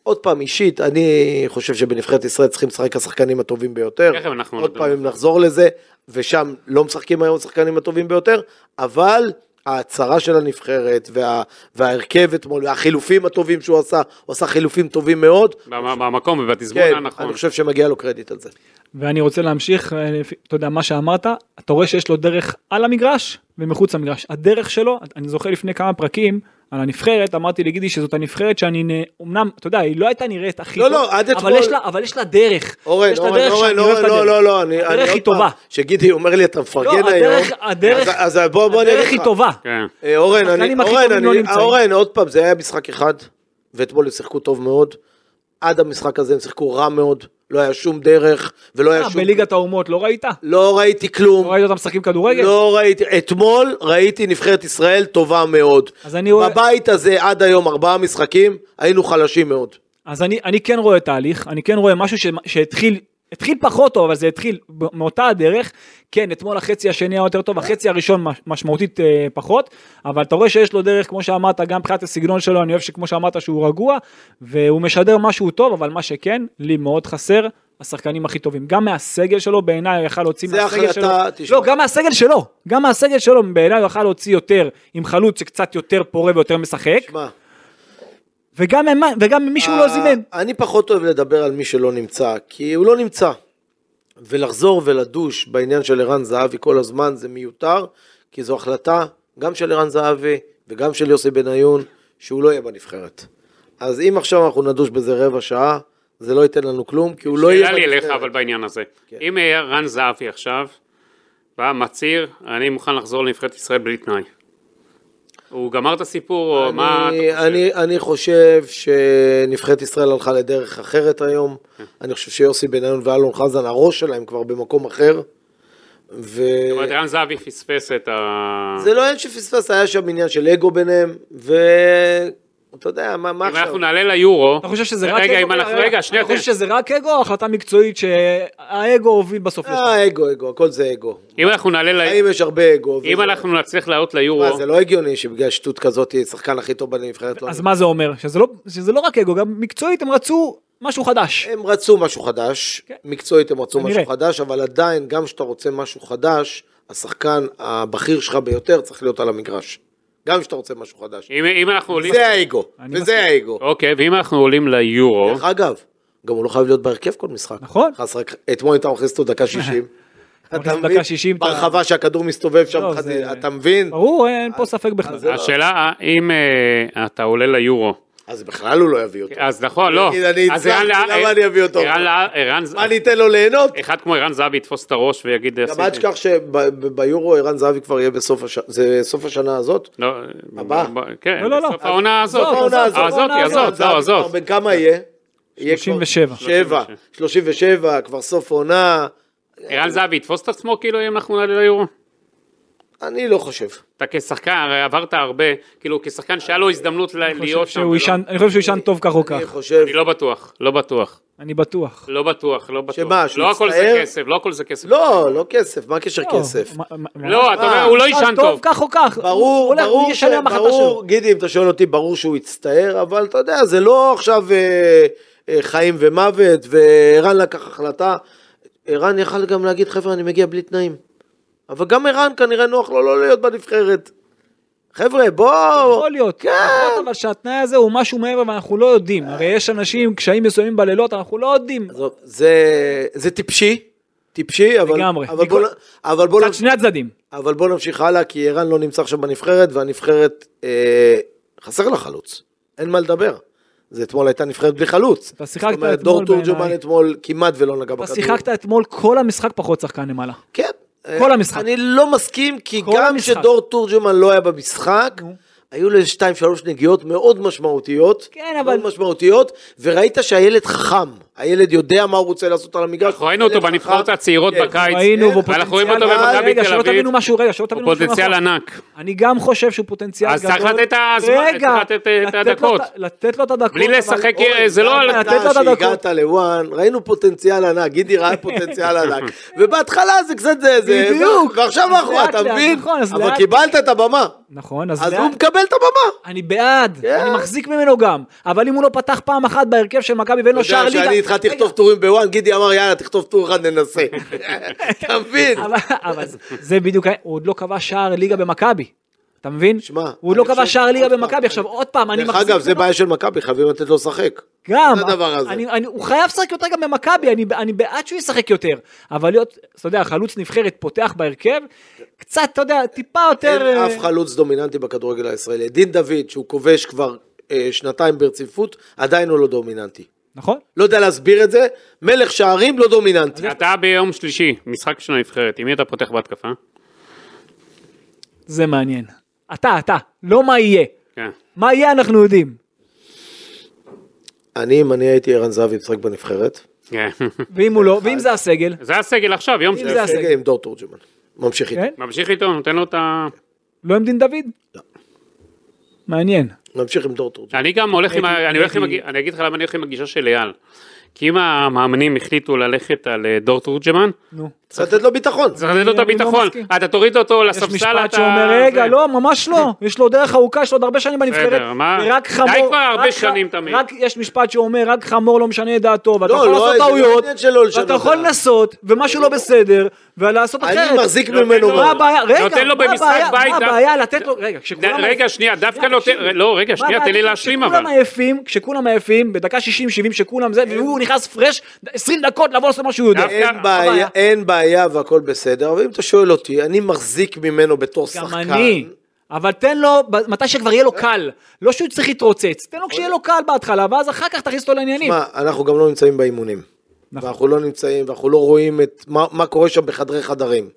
Speaker 3: עוד פעם, אישית, אני חושב שבנבחרת ישראל צריכים לשחק השחקנים הטובים ביותר.
Speaker 4: תכף אנחנו
Speaker 3: עוד
Speaker 4: נדון
Speaker 3: פעם,
Speaker 4: על
Speaker 3: אם נחזור לזה, ושם לא משחקים היום השחקנים הטובים ביותר, אבל ההצהרה של הנבחרת, וה, וההרכב אתמול, והחילופים הטובים שהוא עשה, הוא עשה חילופים טובים מאוד.
Speaker 4: במ- במקום ובתזמון
Speaker 3: כן,
Speaker 4: הנכון.
Speaker 3: אני חושב שמגיע לו קרדיט על זה.
Speaker 2: ואני רוצה להמשיך, אה, לפי- אתה יודע, מה שאמרת, אתה רואה שיש לו דרך על המגרש ומחוץ למגרש. הדרך שלו, אני זוכר לפני כמה פרקים על הנבחרת, אמרתי לגידי שזאת הנבחרת שאני, נ- אמנם, אתה יודע, היא לא הייתה נראית הכי
Speaker 3: לא,
Speaker 2: טוב,
Speaker 3: לא, עד
Speaker 2: אבל,
Speaker 3: אתמול-
Speaker 2: יש לה, אבל יש לה דרך.
Speaker 3: אורן,
Speaker 2: יש לה
Speaker 3: אורן,
Speaker 2: דרך
Speaker 3: אורן,
Speaker 2: שאני אוהב
Speaker 3: אורן,
Speaker 2: את
Speaker 3: לא,
Speaker 2: הדרך.
Speaker 3: לא, לא, אני, אני
Speaker 2: הדרך היא
Speaker 3: עוד פעם,
Speaker 2: טובה.
Speaker 3: שגידי אומר לי, אתה מפרגן
Speaker 2: לא,
Speaker 3: היום.
Speaker 2: הדרך- הדרך-
Speaker 3: אז, אז לא, בוא, בוא אני אגיד לך.
Speaker 2: הדרך היא טובה.
Speaker 4: כן.
Speaker 3: אה, אורן, אני,
Speaker 2: השחקנים הכי
Speaker 3: אורן,
Speaker 2: טובים לא
Speaker 3: אני,
Speaker 2: נמצאים.
Speaker 3: אורן, עוד פעם, זה היה משחק אחד, ואתמול הם שיחקו טוב מאוד. עד המשחק הזה הם שיחקו רע מאוד, לא היה שום דרך, ולא היה
Speaker 2: אה,
Speaker 3: שום...
Speaker 2: בליגת האומות לא ראית?
Speaker 3: לא ראיתי כלום.
Speaker 2: לא ראית אותם משחקים כדורגל?
Speaker 3: לא ראיתי, אתמול ראיתי נבחרת ישראל טובה מאוד.
Speaker 2: אז אני רואה-
Speaker 3: בבית הזה עד היום ארבעה משחקים, היינו חלשים מאוד.
Speaker 2: אז אני, אני כן רואה תהליך, אני כן רואה משהו ש, שהתחיל, התחיל פחות טוב, אבל זה התחיל ב- מאותה הדרך. כן, אתמול החצי השני היה יותר טוב, החצי הראשון מש- משמעותית אה, פחות, אבל אתה רואה שיש לו דרך, כמו שאמרת, גם מבחינת הסגנון שלו, אני אוהב שכמו שאמרת שהוא רגוע, והוא משדר משהו טוב, אבל מה שכן, לי מאוד חסר. השחקנים הכי טובים, גם מהסגל שלו בעיניי הוא יכל להוציא
Speaker 3: זה
Speaker 2: מהסגל
Speaker 3: החלטה,
Speaker 2: שלו,
Speaker 3: תשמע.
Speaker 2: לא גם מהסגל שלו, גם מהסגל שלו בעיניי הוא יכל להוציא יותר עם חלוץ שקצת יותר פורה ויותר משחק,
Speaker 3: תשמע,
Speaker 2: וגם, ממה- וגם מישהו לא
Speaker 3: אה,
Speaker 2: זימן,
Speaker 3: אני פחות אוהב לדבר על מי שלא נמצא, כי הוא לא נמצא. ולחזור ולדוש בעניין של ערן זהבי כל הזמן זה מיותר, כי זו החלטה גם של ערן זהבי וגם של יוסי בניון, שהוא לא יהיה בנבחרת. אז אם עכשיו אנחנו נדוש בזה רבע שעה, זה לא ייתן לנו כלום, כי הוא לא יהיה כן.
Speaker 4: שאלה לי
Speaker 3: בנבחרת.
Speaker 4: אליך אבל בעניין הזה. אם היה רן זהבי עכשיו, בא מצהיר, אני מוכן לחזור לנבחרת ישראל בלי תנאי. הוא גמר את הסיפור, או מה... אתה
Speaker 3: אני,
Speaker 4: חושב?
Speaker 3: אני, אני חושב שנבחרת ישראל הלכה לדרך אחרת היום.
Speaker 4: אה.
Speaker 3: אני חושב שיוסי בניון ואלון חזן, הראש שלהם כבר במקום אחר. ו...
Speaker 4: זאת אומרת, רן זהבי פספס את ה...
Speaker 3: זה לא אין שפספס, היה שם עניין של אגו ביניהם, ואתה יודע, מה, מה
Speaker 4: אם אנחנו
Speaker 3: עכשיו?
Speaker 4: נעלה ליורו...
Speaker 2: אתה חושב שזה רק
Speaker 4: רגע,
Speaker 2: אגו?
Speaker 4: אם אנחנו... רגע, שנייה,
Speaker 2: אתה חושב
Speaker 4: תן.
Speaker 2: שזה רק אגו או החלטה מקצועית שהאגו הוביל בסוף? לשם?
Speaker 3: אה, אגו, אגו, הכל זה אגו.
Speaker 4: אם אנחנו נעלה ל...
Speaker 3: האם יש הרבה אגו?
Speaker 4: אם
Speaker 3: וזה-
Speaker 4: אנחנו נצליח לעלות ליורו...
Speaker 3: מה, זה לא הגיוני שבגלל שטות כזאת, השחקן הכי טוב בנבחרת לא...
Speaker 2: אז מה זה אומר? שזה לא- שזה לא רק אגו, גם מקצועית הם רצו משהו חדש.
Speaker 3: הם רצו משהו חדש,
Speaker 2: כן.
Speaker 3: מקצועית הם רצו
Speaker 2: כנראה.
Speaker 3: משהו חדש, אבל עדיין, גם כשאתה רוצה משהו חדש, השחקן הבכיר שלך ביותר צריך להיות על המגרש. גם כשאתה רוצה משהו חדש.
Speaker 4: אם אם אנחנו עולים...
Speaker 3: זה האגו,
Speaker 2: מסכים.
Speaker 3: וזה האגו.
Speaker 4: אוקיי, ואם אנחנו עולים ליורו...
Speaker 3: דרך אגב, גם הוא לא חייב להיות בהרכב כל משחק.
Speaker 2: נכון.
Speaker 3: חס רק- אתמול אתה מכניס אותו דקה 60.
Speaker 2: מכניס
Speaker 3: אתה
Speaker 2: דקה
Speaker 3: מבין?
Speaker 2: 60, אתה-
Speaker 3: ברחבה שהכדור מסתובב שם,
Speaker 2: לא,
Speaker 3: חזיזה,
Speaker 2: זה-
Speaker 3: אתה מבין?
Speaker 2: ברור, אין פה ספק בכלל.
Speaker 3: אז זה-
Speaker 4: השאלה, אם אה, אתה עולה ליורו...
Speaker 3: אז בכלל הוא לא יביא אותו.
Speaker 2: כן.
Speaker 4: אז נכון, לא.
Speaker 3: תגיד, אני
Speaker 4: אז ערן
Speaker 3: הצלחתי,
Speaker 4: לה-
Speaker 3: למה אני אביא אותו?
Speaker 4: ערן לה- ערן...
Speaker 3: מה, אני אתן לו ליהנות?
Speaker 4: אחד כמו ערן זהבי יתפוס את הראש ויגיד...
Speaker 3: גם
Speaker 4: עשיתי.
Speaker 3: אל תשכח שביורו ערן זהבי כבר יהיה בסוף השנה, זה סוף השנה הזאת?
Speaker 4: לא,
Speaker 3: הבא.
Speaker 4: ב- כן,
Speaker 2: לא, לא, לא.
Speaker 4: בסוף העונה הזאת.
Speaker 2: כן, עזוב,
Speaker 3: העונה הזאת,
Speaker 4: עזוב,
Speaker 2: העונה
Speaker 4: עזוב,
Speaker 2: הזאת.
Speaker 4: עזוב, לא, עזוב.
Speaker 3: בן כמה יהיה? יהיה כבר-
Speaker 2: 37.
Speaker 3: 7, 37, כבר סוף עונה.
Speaker 4: ערן זהבי יתפוס את עצמו כאילו אם אנחנו נעלה ליורו?
Speaker 3: אני לא חושב.
Speaker 4: אתה כשחקן, הרי עברת הרבה, כאילו כשחקן שהיה לו הזדמנות ל-
Speaker 2: אני חושב
Speaker 4: להיות שם.
Speaker 2: שהוא
Speaker 4: ולא-
Speaker 2: יישן- אני חושב שהוא יישן טוב כך או
Speaker 3: אני
Speaker 2: כך,
Speaker 3: חושב...
Speaker 4: אני לא בטוח, לא בטוח.
Speaker 2: אני בטוח.
Speaker 4: לא בטוח, לא בטוח.
Speaker 3: שמה, שהוא
Speaker 4: לא הכל זה
Speaker 3: יצטער?
Speaker 4: כסף, לא הכל זה כסף.
Speaker 3: לא, לא כסף, מה הקשר
Speaker 2: לא,
Speaker 3: כסף?
Speaker 2: מה- מה-
Speaker 4: לא, אתה אומר,
Speaker 3: מה,
Speaker 4: הוא לא
Speaker 2: ממש
Speaker 4: יישן טוב.
Speaker 2: כך או כך. הוא
Speaker 3: ברור,
Speaker 2: הולך, הוא
Speaker 3: ברור, ש-
Speaker 2: ישלם החלטה שלו.
Speaker 3: ברור, גידי, אם אתה שואל אותי, ברור שהוא יצטער, אבל אתה יודע, זה לא עכשיו אה, אה, חיים ומוות, וערן לקח החלטה. ערן יכל גם להגיד, חבר'ה, אני מגיע בלי תנאים. אבל גם ערן כנראה נוח לו לא להיות בנבחרת. חבר'ה, בואו...
Speaker 2: יכול להיות, יכול להיות, אבל שהתנאי הזה הוא משהו מעבר ואנחנו לא יודעים, הרי יש אנשים, קשיים מסוימים בלילות, אנחנו לא יודעים,
Speaker 3: עזוב, זה, זה טיפשי, טיפשי, אבל,
Speaker 2: לגמרי.
Speaker 3: אבל, בוא,
Speaker 2: מכל-
Speaker 3: נ- אבל, בוא,
Speaker 2: קצת
Speaker 3: נמש,
Speaker 2: שני הצדדים.
Speaker 3: אבל בוא נמשיך הלאה, כי ערן לא נמצא עכשיו בנבחרת, והנבחרת, אה, חסר לה חלוץ, אין מה לדבר. זה אתמול הייתה נבחרת בלי חלוץ.
Speaker 2: אתה שיחקת
Speaker 3: זאת אומרת,
Speaker 2: אתמול
Speaker 3: דור תורג'מן
Speaker 2: בעיניי.
Speaker 3: אתמול כמעט ולא נגע בכדור.
Speaker 2: אתה שיחקת אתמול כל המשחק פחות שחקן למעלה.
Speaker 3: כן.
Speaker 2: כל המשחק.
Speaker 3: אני לא מסכים, כי
Speaker 2: כל
Speaker 3: גם
Speaker 2: המשחק.
Speaker 3: שדור תורג'מן לא היה במשחק,
Speaker 2: נו.
Speaker 3: היו לו איזה שתיים, שלוש נגיעות מאוד משמעותיות.
Speaker 2: כן, אבל-
Speaker 3: מאוד משמעותיות, וראית שהילד חכם. הילד יודע מה הוא רוצה לעשות על המגרש.
Speaker 4: אנחנו ראינו אותו
Speaker 3: אלף
Speaker 4: בנבחרות
Speaker 3: אחת-
Speaker 4: הצעירות
Speaker 3: כן.
Speaker 4: בקיץ.
Speaker 2: ראינו, והוא
Speaker 4: ואנחנו רואים
Speaker 2: פוטנציאל-
Speaker 4: אותו במכבי
Speaker 2: רגע,
Speaker 4: תל
Speaker 2: שלא
Speaker 4: אביב.
Speaker 2: תבינו משהו, רגע, שלא
Speaker 4: הוא
Speaker 2: תבינו משהו.
Speaker 4: פוטנציאל
Speaker 2: נכון.
Speaker 4: ענק.
Speaker 2: אני גם חושב שהוא פוטנציאל
Speaker 4: אז
Speaker 2: גדול.
Speaker 4: צריך לתת את הזמן,
Speaker 2: רגע,
Speaker 4: צריך לתת אה, את
Speaker 2: לתת לו
Speaker 4: הדקות.
Speaker 2: את ה- לתת לו את הדקות.
Speaker 4: בלי
Speaker 2: אבל-
Speaker 4: לשחק,
Speaker 2: אוי,
Speaker 4: אה, זה לא
Speaker 2: אבל
Speaker 4: על-
Speaker 2: לתת לו את
Speaker 3: אתה
Speaker 2: הדקות.
Speaker 3: שהגעת לוואן, ראינו פוטנציאל ענק, גידי ראה פוטנציאל ענק, ובהתחלה זה קצת זה, זה,
Speaker 2: בדיוק.
Speaker 3: ועכשיו
Speaker 2: אז
Speaker 3: אנחנו,
Speaker 2: לאט
Speaker 3: אתה
Speaker 2: לאט,
Speaker 3: מבין?
Speaker 2: נכון, אז
Speaker 3: אבל
Speaker 2: לאט.
Speaker 3: קיבלת את הבמה,
Speaker 2: נכון, אז
Speaker 3: אז
Speaker 2: לאט-
Speaker 3: הוא מקבל את הבמה.
Speaker 2: אני בעד,
Speaker 3: כן.
Speaker 2: אני מחזיק ממנו גם, אבל אם הוא לא פתח פעם אחת בהרכב של מכבי ואין לו
Speaker 3: אתה
Speaker 2: שער
Speaker 3: יודע
Speaker 2: ליגה...
Speaker 3: שאני איתך
Speaker 2: לא, רגע,
Speaker 3: תכתוב טורים בוואן, גידי אמר יאללה תכתוב טור אחד ננסה. אתה מבין?
Speaker 2: אבל- אבל זה- זה בדיוק, ה- הוא עוד לא כבש שער ליגה במכבי, אתה מבין?
Speaker 3: שמע,
Speaker 2: הוא עוד לא
Speaker 3: אני
Speaker 2: כבש
Speaker 3: חושב-
Speaker 2: שער ליגה
Speaker 3: עוד פעם,
Speaker 2: במכבי,
Speaker 3: אני-
Speaker 2: עכשיו עוד פעם, אני
Speaker 3: דרך
Speaker 2: מחזיק...
Speaker 3: אגב זה
Speaker 2: ממנו
Speaker 3: בעיה של מכבי, חייבים לתת לו לשחק.
Speaker 2: גם,
Speaker 3: זה הדבר הזה.
Speaker 2: אני, אני, הוא חייב לשחק יותר גם במכבי, אני, אני בעד שהוא ישחק יותר, אבל להיות, אתה יודע, חלוץ נבחרת פותח בהרכב, קצת, אתה יודע, טיפה יותר...
Speaker 3: אין
Speaker 2: אה,
Speaker 3: אף חלוץ דומיננטי בכדורגל הישראלי. דין דוד, שהוא כובש כבר אה, שנתיים ברציפות, עדיין הוא לא דומיננטי.
Speaker 2: נכון?
Speaker 3: לא יודע להסביר את זה, מלך שערים לא דומיננטי.
Speaker 4: אתה ביום שלישי, משחק של הנבחרת, עם מי אתה פותח בהתקפה?
Speaker 2: זה מעניין. אתה, אתה, לא מה יהיה.
Speaker 4: כן.
Speaker 2: מה יהיה אנחנו יודעים.
Speaker 3: אני, אם אני הייתי ערן זהבי משחק בנבחרת,
Speaker 4: כן.
Speaker 2: ואם הוא לא, ואם זה הסגל,
Speaker 4: זה הסגל עכשיו, יום
Speaker 2: אם
Speaker 4: שלישי.
Speaker 2: זה הסגל.
Speaker 3: רגע עם דור תורג'מן. ממשיך איתי.
Speaker 2: כן?
Speaker 4: ממשיך איתו, נותן לו את ה...
Speaker 2: לא עם דין דוד?
Speaker 3: לא.
Speaker 2: מעניין.
Speaker 3: נמשיך עם דור תורג'מן.
Speaker 4: אני גם הולך עם,
Speaker 2: הייתי-
Speaker 4: ה- אני הולך עם,
Speaker 2: הייתי-
Speaker 4: הג- אני אגיד לך למה אני הולך עם הגישה של אייל. כי אם המאמנים החליטו ללכת על אה, דור תורג'מן,
Speaker 2: נו.
Speaker 3: צריך לתת לו ביטחון.
Speaker 4: צריך לתת לו את
Speaker 2: אני לא
Speaker 4: הביטחון.
Speaker 2: מסכים.
Speaker 4: אתה תוריד אותו
Speaker 2: יש
Speaker 4: לספסל, אתה...
Speaker 2: משפט שאומר, רגע,
Speaker 4: זה."
Speaker 2: לא, ממש לא, יש לו דרך ארוכה, יש לו עוד הרבה שנים בנבחרת,
Speaker 4: בסדר, מה?
Speaker 2: ורק
Speaker 4: די
Speaker 2: חמור,
Speaker 4: כבר הרבה
Speaker 2: רק-
Speaker 4: שנים תמיד.
Speaker 2: רק יש משפט שאומר, רק חמור לא משנה את דעתו, ואתה
Speaker 3: לא,
Speaker 2: יכול
Speaker 3: לא,
Speaker 2: לעשות
Speaker 3: זה לא
Speaker 2: טעויות,
Speaker 3: עניין שלו לשנות
Speaker 2: ואתה יכול
Speaker 3: דעה.
Speaker 2: לנסות, ומשהו לא בסדר, ולעשות
Speaker 3: אני
Speaker 2: אחרת.
Speaker 3: מחזיק
Speaker 4: נותן
Speaker 3: ממנו לא.
Speaker 4: לו-
Speaker 2: מה
Speaker 3: מאוד.
Speaker 2: הבעיה, רגע,
Speaker 4: לא, נותן לו
Speaker 2: מה
Speaker 4: במשחק
Speaker 2: הבעיה-
Speaker 4: בית,
Speaker 2: מה
Speaker 4: דף-
Speaker 2: הבעיה לתת לו, רגע,
Speaker 4: ד-
Speaker 2: כשכולם...
Speaker 4: רגע, שנייה, דווקא נותן...
Speaker 2: תקשיב.
Speaker 4: לא, רגע,
Speaker 2: מה
Speaker 4: שנייה,
Speaker 2: הבעיה?
Speaker 4: תן לי להשלים אבל. אה.
Speaker 2: כשכולם עייפים, כשכולם עייפים, בדקה 60, 70, שכולם זה, והוא נכנס פרש, 20 דקות לבוא לעשות מה שהוא יודע.
Speaker 4: דווקא-
Speaker 3: אין בעיה, אין בעיה והכל בסדר, אבל אם אתה שואל אותי, אני מחזיק ממנו בתור שחקן.
Speaker 2: גם אני. אבל תן לו, ב- מתי שכבר יהיה לו קל, לא שהוא צריך להתרוצץ, תן לו כשיהיה לו קל בהתחלה, ואז אחר כך תכניס אותו לעניינים.
Speaker 3: מה, אנחנו גם לא נמצאים באימונים.
Speaker 2: נכון.
Speaker 3: ואנחנו לא נמצאים, ואנחנו לא רואים את מה, מה קורה שם בחדרי חדרים.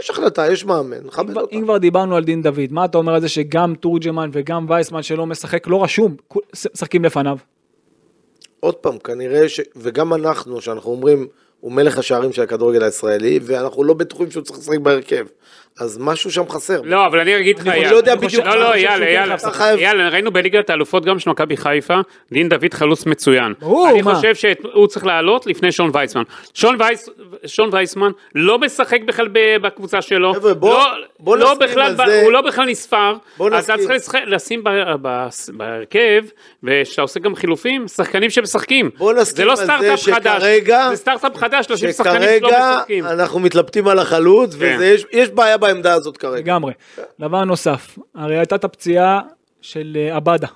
Speaker 3: יש החלטה, יש מאמן,
Speaker 2: אם
Speaker 3: נכבד
Speaker 2: כבר-
Speaker 3: אותה.
Speaker 2: אם כבר דיברנו על דין דוד, מה אתה אומר על זה שגם תורג'מן וגם וייסמן שלא משחק, לא רשום, כו- ש- משחקים לפניו?
Speaker 3: עוד פעם, כנראה ש... וגם אנחנו, שאנחנו אומרים, הוא מלך השערים של הכדורגל הישראלי, ואנחנו לא בטוחים שהוא צריך לשחק בהרכב. אז משהו שם חסר.
Speaker 4: לא, אבל אני אגיד לך,
Speaker 3: אני
Speaker 4: אייל.
Speaker 3: לא יודע
Speaker 4: אני
Speaker 3: בדיוק
Speaker 4: חושב-
Speaker 3: מה
Speaker 4: לא, לא,
Speaker 3: אני חושב
Speaker 4: אייל,
Speaker 3: שהוא כן
Speaker 4: אייל.
Speaker 3: חייב. אתה חייב-
Speaker 4: אייל, ראינו בליגת האלופות גם של מכבי חיפה, דין דוד חלוץ מצוין.
Speaker 2: ברור,
Speaker 4: אני
Speaker 2: מה?
Speaker 4: חושב שהוא צריך לעלות לפני שון וייסמן. שון וייס- שון וייסמן לא משחק בכלל ב- בקבוצה שלו.
Speaker 3: חבר'ה, בוא-
Speaker 4: לא-
Speaker 3: בוא
Speaker 4: לא
Speaker 3: נסכים
Speaker 4: בכלל
Speaker 3: על
Speaker 4: ב-
Speaker 3: זה.
Speaker 4: הוא לא בכלל נספר.
Speaker 3: בוא
Speaker 4: אז אתה
Speaker 3: נסכים.
Speaker 4: צריך לשחק- לשים ב- ב- בהרכב, וכשאתה עושה גם חילופים, שחקנים שמשחקים.
Speaker 3: בוא נסכים
Speaker 4: זה לא
Speaker 3: על זה
Speaker 4: סטארט-אפ חדש.
Speaker 3: שכרגע-
Speaker 4: זה סטארט-אפ חדש, לשים שחקנים שלא
Speaker 3: שכרגע
Speaker 4: משחקים.
Speaker 3: אנחנו מתלבטים על החלוץ,
Speaker 4: כן.
Speaker 3: ויש יש בעיה בעמדה הזאת כרגע.
Speaker 2: לגמרי. דבר נוסף, הרי הייתה את הפציעה של אה, עבדה,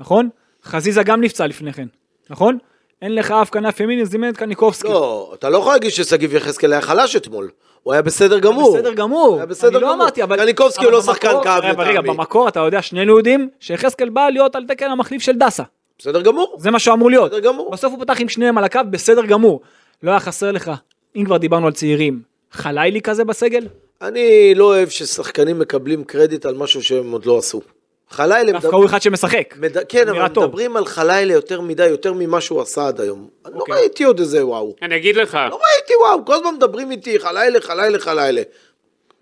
Speaker 2: נכון? חזיזה גם נפצע לפני כן, נכון? אין לך אף כנף ימין, זימן את קניקובסקי.
Speaker 3: לא, אתה לא יכול להגיד ששגיב יחזקאל היה חלש אתמול. הוא היה בסדר גמור.
Speaker 2: בסדר גמור.
Speaker 3: היה בסדר
Speaker 2: אני
Speaker 3: גמור.
Speaker 2: לא אמרתי, אבל...
Speaker 3: קניקובסקי
Speaker 2: אבל
Speaker 3: הוא לא
Speaker 2: במקור-
Speaker 3: שחקן כאב
Speaker 2: רגע, אבל רגע,
Speaker 3: לטעמי.
Speaker 2: במקור אתה יודע, שנינו יודעים שיחזקאל בא להיות על תקן המחליף של דסה.
Speaker 3: בסדר גמור.
Speaker 2: זה מה שאמור להיות.
Speaker 3: בסדר גמור.
Speaker 2: בסוף הוא פתח עם שניהם על הקו, בסדר גמור. לא היה חסר לך, אם כבר דיברנו על צעירים, חלילי כזה בסגל?
Speaker 3: אני לא אוהב ששחקנים מקבלים קרדיט על משהו שהם עוד לא עשו. חלילה
Speaker 2: דווקא
Speaker 3: מדבר-
Speaker 2: הוא אחד שמשחק.
Speaker 3: מד... כן, אבל
Speaker 2: נראה טוב.
Speaker 3: מדברים על חלילה יותר מדי, יותר ממה שהוא עשה עד היום. אני לא
Speaker 2: אוקיי.
Speaker 3: ראיתי עוד איזה וואו.
Speaker 4: אני אגיד לך.
Speaker 3: לא ראיתי וואו, כל הזמן מדברים איתי חלילה, חלילה, חלילה.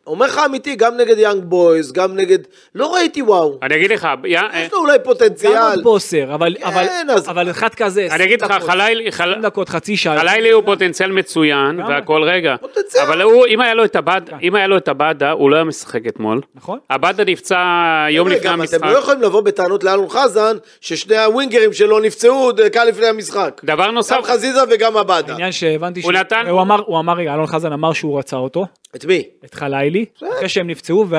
Speaker 3: אומר לך אמיתי, גם נגד יאנג בויז, גם נגד... לא ראיתי וואו.
Speaker 4: אני אגיד לך, יא-
Speaker 3: יש לו אולי
Speaker 2: גם עוד
Speaker 3: פוטנציאל.
Speaker 2: בוסר, אבל, אבל,
Speaker 3: כן, אז-
Speaker 2: אבל אחד כזה,
Speaker 4: אני אגיד לך,
Speaker 2: 20 דקות,
Speaker 4: חלילי,
Speaker 2: 20
Speaker 4: חל-
Speaker 2: דקות, חצי שעה.
Speaker 4: חלילי הוא פוטנציאל מצוין
Speaker 2: למה?
Speaker 4: והכל רגע.
Speaker 3: פוטנציאל.
Speaker 4: אבל הוא, אם היה לו את הבאדה, אם היה לו את הבאדה, הוא לא היה משחק אתמול.
Speaker 2: נכון?
Speaker 4: הבאדה נפצע יום
Speaker 3: רגע,
Speaker 4: לפני
Speaker 3: גם
Speaker 4: המשחק.
Speaker 3: אתם לא יכולים לבוא בטענות לאלון חזן, ששני הווינגרים שלו נפצעו דקה לפני המשחק.
Speaker 4: דבר נוסף,
Speaker 3: גם חזיזה וגם עבדה.
Speaker 2: העניין שהבנתי
Speaker 4: הוא נתן-
Speaker 2: הוא אמר, הוא אמר, רגע, אלון חזן אמר שהוא רצה אותו,
Speaker 3: את מי?
Speaker 2: את חלילי, אחרי שהם נפצעו, ו-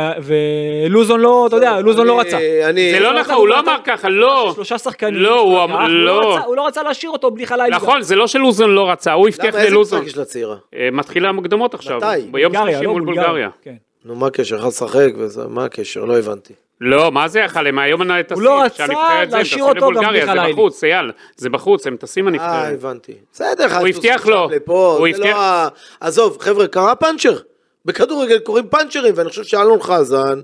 Speaker 2: ולוזון לא, אתה יודע, לוזון לא
Speaker 3: אני-
Speaker 2: רצה.
Speaker 3: אני...
Speaker 4: זה לא
Speaker 2: הוא
Speaker 4: נכון,
Speaker 2: נתן-
Speaker 4: הוא
Speaker 2: הוא
Speaker 4: לא
Speaker 2: נתן-
Speaker 4: אמר ככה, לא.
Speaker 2: שלושה שחקנים. אה,
Speaker 4: לא, הוא אמר-
Speaker 2: הוא
Speaker 4: לא.
Speaker 2: רצה- הוא לא רצה להשאיר אותו בלי חלילי.
Speaker 4: נכון, זה לא שלוזון לא רצה, הוא הבטיח
Speaker 3: למה איזה
Speaker 4: ללוזון.
Speaker 3: משחק יש לצעירה?
Speaker 4: אה, מתחילה המוקדמות עכשיו,
Speaker 3: מתי? לא
Speaker 4: ביום שלישי מול בולגריה.
Speaker 2: כן.
Speaker 3: נו, מה הקשר? אחד לשחק וזה, מה הקשר? לא הבנתי.
Speaker 4: לא, מה זה יכל להם? היום אני טסים,
Speaker 2: לא רצה
Speaker 4: שהנבחרת זה, הם
Speaker 2: להשאיר
Speaker 4: טסים
Speaker 2: אותו גם
Speaker 4: לבולגריה,
Speaker 2: בלי
Speaker 4: זה
Speaker 2: חלילי.
Speaker 4: בחוץ, אייל, זה בחוץ, הם טסים
Speaker 3: אה,
Speaker 4: הנבחרת.
Speaker 3: הבנתי. בסדר, אחד
Speaker 4: הבטיח
Speaker 3: טוס
Speaker 4: לו.
Speaker 3: לפה,
Speaker 4: הוא
Speaker 3: זה לא
Speaker 4: הבטיח-
Speaker 3: ה... עזוב, חבר'ה, קרה פאנצ'ר. בכדורגל קוראים פאנצ'רים, ואני חושב שאלון חזן,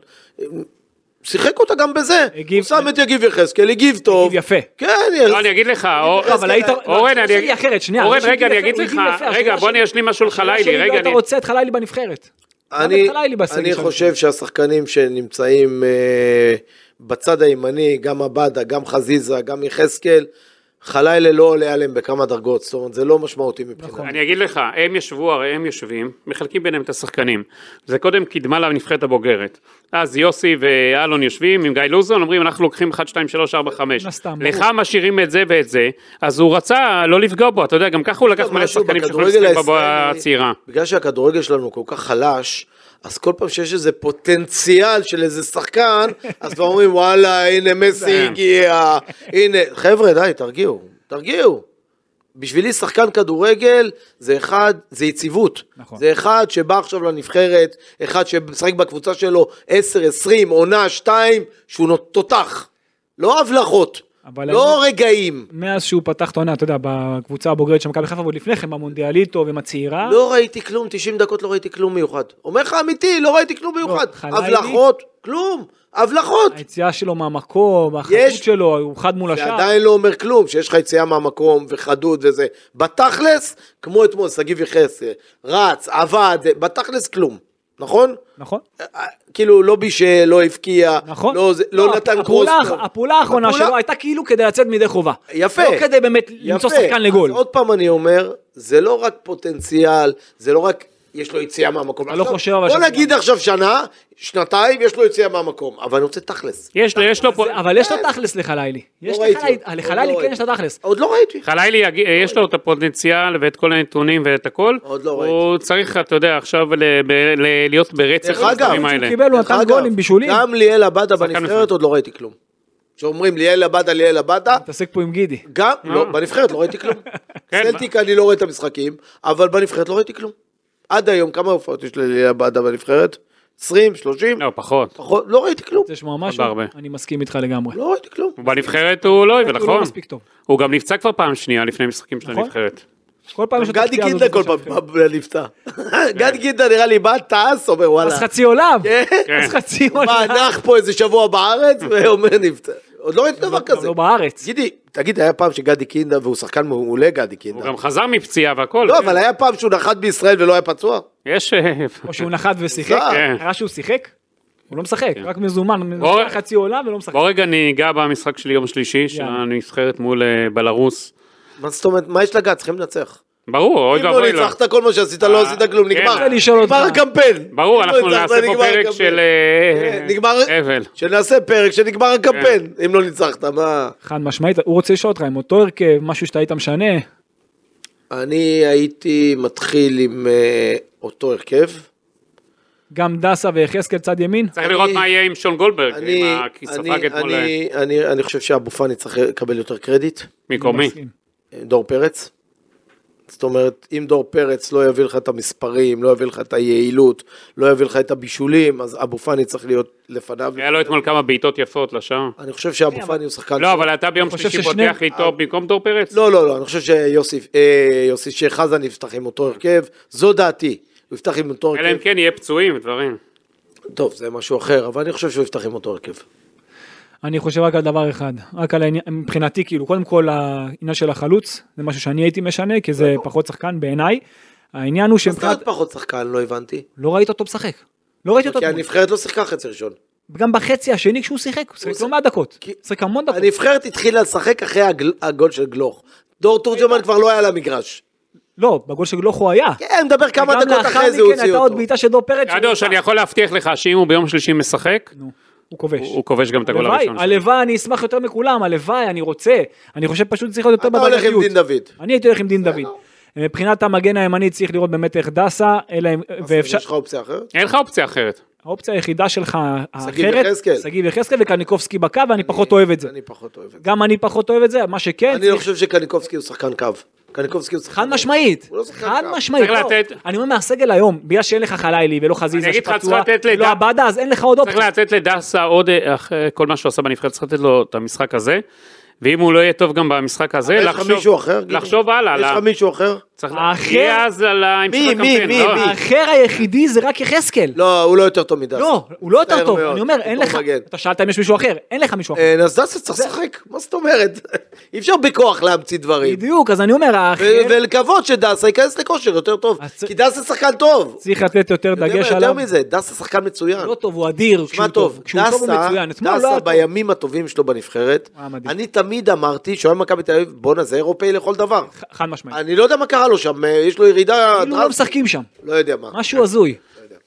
Speaker 3: שיחק אותה גם בזה.
Speaker 2: הגיב-
Speaker 3: הוא שם את יגיב יחזקאל, הגיב טוב.
Speaker 2: הגיב יפה.
Speaker 3: כן,
Speaker 4: לא, אני אגיד לך, אור-
Speaker 2: לא, אבל היית...
Speaker 3: אז-
Speaker 2: לא,
Speaker 4: אורן,
Speaker 2: השאלה
Speaker 4: אני
Speaker 2: שלי
Speaker 4: אגיד-
Speaker 2: אחרת, שנייה.
Speaker 4: אורן,
Speaker 2: השאלה
Speaker 4: רגע,
Speaker 2: שלי
Speaker 4: אני אגיד
Speaker 2: יפה,
Speaker 4: לך,
Speaker 2: הוא הגיב יפה,
Speaker 4: רגע,
Speaker 2: השאלה
Speaker 4: בוא אני
Speaker 2: שלי-
Speaker 4: אשלים משהו
Speaker 2: השאלה
Speaker 4: לחלילי,
Speaker 2: שלי,
Speaker 4: רגע,
Speaker 2: לא אתה
Speaker 4: אני...
Speaker 2: רוצה את חלילי בנבחרת.
Speaker 3: אני,
Speaker 2: למה חלילי בסגל
Speaker 3: אני
Speaker 2: שם?
Speaker 3: חושב שהשחקנים שנמצאים אה, בצד הימני, גם עבדה, גם חזיזה, גם יחזקאל, חלילה לא עולה עליהם בכמה דרגות, זאת אומרת, זה לא משמעותי מבחינת. נכון.
Speaker 4: אני אגיד לך, הם ישבו, הרי הם יושבים, מחלקים ביניהם את השחקנים. זה קודם קדמה לנבחרת הבוגרת. אז יוסי ואלון יושבים עם גיא לוזון, אומרים אנחנו לוקחים 1, 2, 3, 4, 5.
Speaker 2: מן הסתם,
Speaker 4: לך משאירים את זה ואת זה, אז הוא רצה לא לפגוע בו, אתה יודע, גם ככה הוא לקח
Speaker 3: לא, משהו
Speaker 4: מלא שחקנים שיכולים
Speaker 3: בכדורגל
Speaker 4: לשחק בבועה
Speaker 3: הישראלי-
Speaker 4: הצעירה.
Speaker 3: בגלל שהכדורגל שלנו כל כך חלש, אז כל פעם שיש איזה פוטנציאל של איזה שחקן, אז כבר אומרים וואלה, הנה
Speaker 4: כן.
Speaker 3: מסי הגיע, הנה, חבר'ה די, תרגיעו, תרגיעו. בשבילי שחקן כדורגל זה אחד, זה יציבות. נכון. זה אחד שבא עכשיו לנבחרת, אחד שמשחק בקבוצה שלו 10, 20, עונה, 2, שהוא נות- תותח. לא הבלחות,
Speaker 2: אבל
Speaker 3: לא רגעים.
Speaker 2: מאז שהוא פתח את העונה, אתה יודע, בקבוצה הבוגרת של מכבי חיפה, ועוד לפני כן, במונדיאליטו ועם הצעירה.
Speaker 3: לא ראיתי כלום, 90 דקות לא ראיתי כלום מיוחד. אומר לך אמיתי, לא ראיתי כלום מיוחד.
Speaker 2: חלילי-
Speaker 3: הבלחות, כלום, הבלחות.
Speaker 2: היציאה שלו מהמקום, החדות
Speaker 3: יש-
Speaker 2: שלו, הוא חד מול
Speaker 3: זה
Speaker 2: השער.
Speaker 3: עדיין לא אומר כלום, שיש לך יציאה מהמקום וחדות וזה. בתכלס, כמו אתמול, שגיב יחסר, רץ, עבד, אה, בתכלס כלום, נכון?
Speaker 2: נכון?
Speaker 3: אה, כאילו לא בישל, לא הבקיע,
Speaker 2: נכון.
Speaker 3: לא זה- לא נתן קרוס.
Speaker 2: הפעולה-
Speaker 3: טוב.
Speaker 2: הפעולה האחרונה
Speaker 3: הפעולה-
Speaker 2: שלו הייתה כאילו כדי לצאת מידי חובה.
Speaker 3: יפה.
Speaker 2: לא כדי באמת למצוא
Speaker 3: יפה.
Speaker 2: שחקן לגול.
Speaker 3: אז עוד פעם אני אומר, זה לא רק פוטנציאל, זה לא רק יש לו יציאה מהמקום.
Speaker 2: אתה לא
Speaker 3: עכשיו,
Speaker 2: חושב אבל
Speaker 3: בוא
Speaker 2: שזה-
Speaker 3: נגיד עכשיו שנה, שנתיים, יש לו יציאה מהמקום, אבל אני רוצה תכלס.
Speaker 4: יש לו, יש לו פה...
Speaker 2: אבל יש לו תכלס לחלילי. יש
Speaker 3: כן. לא ראיתי.
Speaker 2: לחלילי-
Speaker 3: עוד
Speaker 2: לחלילי
Speaker 3: לא
Speaker 2: כן
Speaker 3: ראיתי.
Speaker 2: יש לו תכלס.
Speaker 3: עוד לא ראיתי.
Speaker 4: חלילי, יגיע- יש לו את הפוטנציאל ואת כל הנתונים ואת הכל.
Speaker 3: עוד לא
Speaker 4: הוא צריך, אתה יודע, עכשיו ל- ב- ל- להיות ברצף
Speaker 3: דרך אגב,
Speaker 4: הדברים האלה.
Speaker 2: הוא קיבל, הוא
Speaker 3: דרך
Speaker 2: נתן
Speaker 3: אגב,
Speaker 2: גול עם בישולים.
Speaker 3: גם ליאל עבדה
Speaker 4: מצוין.
Speaker 3: בנבחרת עוד לא ראיתי כלום. כשאומרים ליאל עבדה, ליאל עבדה,
Speaker 2: מתעסק פה עם גידי.
Speaker 3: גם, לא,
Speaker 2: אה.
Speaker 3: בנבחרת לא ראיתי כלום.
Speaker 4: כן,
Speaker 3: סלטיק אני לא רואה את המשחקים, אבל בנבחרת לא ראיתי כלום. עד היום, כמה הופעות יש לליאל עבדה בנבחרת? 20, 30?
Speaker 4: לא, פחות.
Speaker 3: פחות, לא ראיתי כלום.
Speaker 2: רוצה לשמוע משהו?
Speaker 4: הרבה.
Speaker 2: אני מסכים איתך לגמרי.
Speaker 3: לא ראיתי כלום.
Speaker 4: בנבחרת הוא לא הביא,
Speaker 2: הוא לא
Speaker 4: נכון?
Speaker 2: מספיק טוב.
Speaker 4: הוא גם נפצע כבר פעם שנייה לפני משחקים של
Speaker 2: נכון.
Speaker 4: הנבחרת.
Speaker 2: כל פעם יש לו את
Speaker 3: גדי
Speaker 2: הפציעה הזאת,
Speaker 3: קינדה כל
Speaker 2: זה שם.
Speaker 3: פעם נפצע. גדי קינדה נראה לי בא, טס, אומר וואלה.
Speaker 2: אז חצי עולם.
Speaker 4: כן.
Speaker 2: אז חצי
Speaker 3: מה,
Speaker 2: עולם.
Speaker 3: נח פה איזה שבוע בארץ, ואומר נפצע. עוד לא ראיתי דבר
Speaker 2: גם
Speaker 3: כזה.
Speaker 2: לא בארץ.
Speaker 3: גידי, תגיד, היה פעם שגדי קינדה, והוא שחקן מעולה גדי
Speaker 4: הוא
Speaker 3: קינדה.
Speaker 4: גם חזר מפציעה והכל.
Speaker 3: לא,
Speaker 4: כן.
Speaker 3: אבל היה פעם שהוא נחת בישראל ולא היה פצוע?
Speaker 4: יש... אה,
Speaker 2: או שהוא נחת ושיחק.
Speaker 3: אה.
Speaker 4: כן.
Speaker 2: היה שהוא שיחק? הוא לא משחק, רק מזומן,
Speaker 4: בוא-
Speaker 2: משחק חצי עולם ולא משחק.
Speaker 4: בוא רגע ניגע במשחק של יום שלישי, של
Speaker 2: יאללה.
Speaker 4: הנבחרת מול אה, בלרוס.
Speaker 3: מה זאת אומרת, מה יש לגעת? צריכים לנצח.
Speaker 4: ברור, אוי
Speaker 3: אם לא
Speaker 4: ואבוי לו.
Speaker 3: ניצחת, כל מה שעשית לא
Speaker 4: אה,
Speaker 3: עשית כלום,
Speaker 4: כן.
Speaker 3: נגמר.
Speaker 4: רוצה
Speaker 2: לשאול אותך.
Speaker 3: נגמר הקמפיין.
Speaker 4: ברור,
Speaker 3: אם לא
Speaker 4: אנחנו
Speaker 3: ניצחת,
Speaker 4: נעשה פה
Speaker 3: נגמר
Speaker 4: פרק
Speaker 3: הקמפיין.
Speaker 4: של אה,
Speaker 3: כן, נגמר,
Speaker 4: אבל.
Speaker 3: שנעשה פרק שנגמר הקמפיין,
Speaker 4: כן.
Speaker 3: אם לא ניצחת, מה?
Speaker 2: חד משמעית, הוא רוצה לשאול אותך אם אותו הרכב, משהו שאתה היית משנה,
Speaker 3: אני הייתי מתחיל עם אה, אותו הרכב.
Speaker 2: גם דסה ויחזקאל צד ימין,
Speaker 4: צריך לראות
Speaker 3: אני-
Speaker 4: מה יהיה עם שון גולדברג,
Speaker 3: אני,
Speaker 4: עם ה- כי ספג
Speaker 3: אני,
Speaker 4: אתמול אה,
Speaker 3: אני, אני, אני חושב שאבו פאני צריך לקבל יותר קרדיט.
Speaker 4: מקומי.
Speaker 2: מסכים.
Speaker 3: דור פרץ. זאת אומרת, אם דור פרץ לא יביא לך את המספרים, לא יביא לך את היעילות, לא יביא לך את הבישולים, אז אבו פאני צריך להיות לפניו.
Speaker 4: היה לו אתמול כמה בעיטות יפות לשער.
Speaker 3: אני חושב שאבו פאני הוא שחקן...
Speaker 4: לא, אבל אתה ביום
Speaker 2: חושב
Speaker 4: שלישי
Speaker 2: ששניהם-
Speaker 4: פותח איתו במקום דור פרץ?
Speaker 3: לא, לא, לא, אני חושב שיוסי, אה, יוסי שחזן יפתח עם אותו הרכב, זו דעתי. הוא יפתח עם אותו
Speaker 2: אוקיי.
Speaker 4: אלא אם
Speaker 3: הרכב,
Speaker 4: כן יהיה פצועים ודברים.
Speaker 3: טוב, זה משהו אחר, אבל אני חושב שהוא יפתח עם אותו הרכב.
Speaker 2: אני חושב רק על דבר אחד, רק על העניין, מבחינתי כאילו, קודם כל העניין של החלוץ, זה משהו שאני הייתי משנה, כי זה פחות שחקן בעיניי, העניין הוא
Speaker 3: נכון. אז אתה
Speaker 2: שמבחינת,
Speaker 3: עוד פחות שחקן, לא הבנתי.
Speaker 2: לא ראית אותו משחק, לא ראיתי אותו,
Speaker 3: כי
Speaker 2: אתמול.
Speaker 3: הנבחרת לא שיחקה חצי ראשון.
Speaker 2: גם בחצי השני כשהוא שיחק, הוא שיחק לא מעט דקות,
Speaker 3: כי-
Speaker 2: שיחק המון דקות,
Speaker 3: הנבחרת התחילה לשחק אחרי הגל- הגול של גלוך. דור תורג'מן כבר לא היה על המגרש.
Speaker 2: לא, בגול של גלוך הוא היה,
Speaker 3: כן, מדבר כמה
Speaker 2: גם
Speaker 3: דקות
Speaker 2: לאחר
Speaker 3: אחרי זה הוא
Speaker 2: מכן
Speaker 3: הוציא
Speaker 2: הייתה עוד
Speaker 3: אותו.
Speaker 2: בעיטה של דור פרץ, שהוא-
Speaker 4: קדוש, אני יכול להבטיח לך שאם הוא ביום שלישי משחק,
Speaker 2: נו, הוא כובש,
Speaker 4: הוא כובש גם את הגול
Speaker 2: הלוואי,
Speaker 4: הראשון. שלו.
Speaker 2: הלוואי, אני אשמח יותר מכולם, הלוואי, אני רוצה. אני חושב פשוט צריך להיות יותר
Speaker 3: אתה הולך עם
Speaker 2: בהדרגתיות.
Speaker 3: דין דוד.
Speaker 2: אני הייתי הולך עם דין דוד. מבחינת המגן הימני צריך לראות באמת איך דסה, אלא אם,
Speaker 3: ואפשר...
Speaker 2: ואפשר,
Speaker 3: יש לך אופציה אחרת?
Speaker 4: אין לך אופציה אחרת.
Speaker 2: האופציה היחידה שלך
Speaker 3: שגיב
Speaker 2: האחרת,
Speaker 3: יחזקאל.
Speaker 2: שגיב יחזקאל וקניקובסקי בקו, ואני פחות אוהב את זה.
Speaker 3: אני פחות אוהב את זה.
Speaker 2: גם אני פחות אוהב את זה, מה שכן,
Speaker 3: אני לא
Speaker 2: צריך-
Speaker 3: חושב שקניקובסקי הוא שחקן קו. קניקובסקי הוא שחקן...
Speaker 2: חד משמעית,
Speaker 3: הוא לא שחקן
Speaker 2: חד
Speaker 3: קו.
Speaker 2: משמעית,
Speaker 4: צריך
Speaker 2: לא.
Speaker 4: לתת-
Speaker 2: אני אומר מהסגל היום, בגלל שאין לך חלילי ולא חזיזה
Speaker 4: אני אגיד לך,
Speaker 2: שפצוע,
Speaker 4: צריך לתת
Speaker 2: לא
Speaker 4: לדע-
Speaker 2: עבדה, אז אין לך עוד
Speaker 4: צריך
Speaker 2: אופציה.
Speaker 4: לתת לדסה עוד, אה, אחרי כל מה שהוא עשה בנבחרת, צריך לתת לו את המשחק הזה, ואם הוא לא יהיה טוב גם במשחק הזה,
Speaker 3: יש לך
Speaker 4: לחשוב-
Speaker 3: מישהו אחר? גידי?
Speaker 4: לחשוב הלאה,
Speaker 3: יש
Speaker 4: לה-
Speaker 3: לך מישהו אחר?
Speaker 4: צריך
Speaker 2: האחר-
Speaker 4: להכריע אז על ההמשך
Speaker 3: מי, מי,
Speaker 4: הקמפיין.
Speaker 3: מי,
Speaker 4: לא.
Speaker 3: מי?
Speaker 2: האחר היחידי זה רק יחזקאל.
Speaker 3: לא, הוא לא יותר טוב מדסה.
Speaker 2: לא, הוא לא יותר
Speaker 3: מצטער
Speaker 2: טוב,
Speaker 3: מאוד.
Speaker 2: אני אומר, אין
Speaker 3: הוא
Speaker 2: לך,
Speaker 3: מגן.
Speaker 2: אתה שאלת אם יש מישהו אחר, אין לך מישהו אחר.
Speaker 3: אה, אז דסה צריך לשחק, מה זאת אומרת? אי אפשר בכוח להמציא דברים.
Speaker 2: בדיוק, אז אני אומר, האחר
Speaker 3: ו- ולקוות שדסה ייכנס לכושר יותר טוב.
Speaker 2: כן. אז צריך-
Speaker 3: כי דסה שחקן טוב.
Speaker 2: צריך לתת יותר
Speaker 3: אתה יודע מה,
Speaker 2: דגש
Speaker 3: יותר
Speaker 2: עליו.
Speaker 3: מזה, דסה שחקן מצוין.
Speaker 2: לא טוב, הוא אדיר, כשהוא
Speaker 3: תשמע טוב,
Speaker 2: טוב, כשהוא טוב הוא מצוין, אתמול לא
Speaker 3: דסה
Speaker 2: היה טוב.
Speaker 3: בימים הטובים שלו בנבחרת,
Speaker 2: הוא היה מדהים.
Speaker 3: אני תמיד אמרתי שהוא היה מכבי תל אביב, בואנה זה אירופאי לכל דבר.
Speaker 2: ח- חד משמעית.
Speaker 3: אני לא יודע מה קרה לו שם, אה, יש לו ירידה,
Speaker 2: כאילו
Speaker 3: דרסטית.
Speaker 2: לא משחקים שם,
Speaker 3: לא יודע מה.
Speaker 2: משהו הזוי.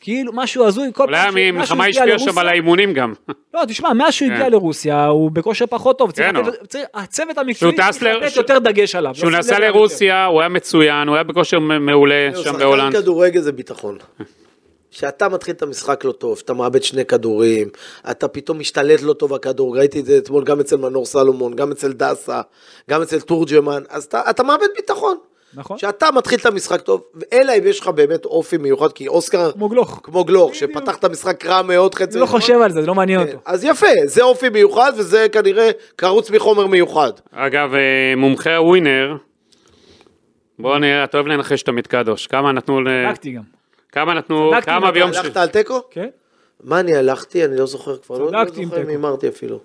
Speaker 2: כאילו משהו הזוי, כל
Speaker 4: אולי
Speaker 2: פעם שהוא- מאז שהוא
Speaker 4: המלחמה
Speaker 2: הגיע
Speaker 4: השפיעה
Speaker 2: לרוסיה-
Speaker 4: שם על האימונים גם.
Speaker 2: לא, תשמע, מאז שהוא הגיע
Speaker 4: כן.
Speaker 2: לרוסיה, הוא בכושר פחות טוב. צריך
Speaker 4: כן,
Speaker 2: לתת-
Speaker 4: אבל-
Speaker 2: צריך- הצוות המקצועי
Speaker 4: שהוא טס
Speaker 2: צריך
Speaker 4: ל-
Speaker 2: לתת
Speaker 4: ש-
Speaker 2: יותר דגש עליו. לא
Speaker 4: כשהוא
Speaker 2: לשים לב
Speaker 4: נסע
Speaker 2: אליו
Speaker 4: לרוסיה, הוא היה מצוין, הוא היה בכושר מ- מעולה
Speaker 2: לא,
Speaker 4: שם בהולנד.
Speaker 3: שחקן כדורגל זה ביטחון. כשאתה מתחיל את המשחק לא טוב, אתה מאבד שני כדורים, אתה פתאום משתלט לא טוב הכדור, ראיתי את זה אתמול גם אצל מנור סלומון, גם אצל דסה, גם אצל תורג'מן, אז אתה, אתה מאבד ביטחון.
Speaker 2: יותר. נכון,
Speaker 3: כשאתה מתחיל את המשחק טוב, אלא אם יש לך באמת אופי מיוחד, כי אוסקר,
Speaker 2: כמו גלוך.
Speaker 3: כמו גלוך, שפתח את המשחק רע מאוד חצי,
Speaker 2: הוא לא
Speaker 3: ראשון,
Speaker 2: חושב על זה, זה לא מעניין אותו.
Speaker 3: אז יפה, זה אופי מיוחד וזה כנראה קרוץ מחומר מיוחד.
Speaker 4: אגב, אה, מומחה הווינר, בוא נראה, אתה אוהב לנחש תמיד קדוש. כמה נתנו ל...
Speaker 2: צדקתי גם.
Speaker 4: כמה נתנו...
Speaker 2: צדקתי,
Speaker 4: כמה
Speaker 2: אבל
Speaker 4: ביום ש...
Speaker 3: הלכת על תיקו?
Speaker 2: כן?
Speaker 3: מה אני הלכתי? אני לא זוכר כבר, לא לא
Speaker 2: צדקתי עם
Speaker 3: זוכר אם
Speaker 2: תיקו.
Speaker 3: הימרתי אפילו.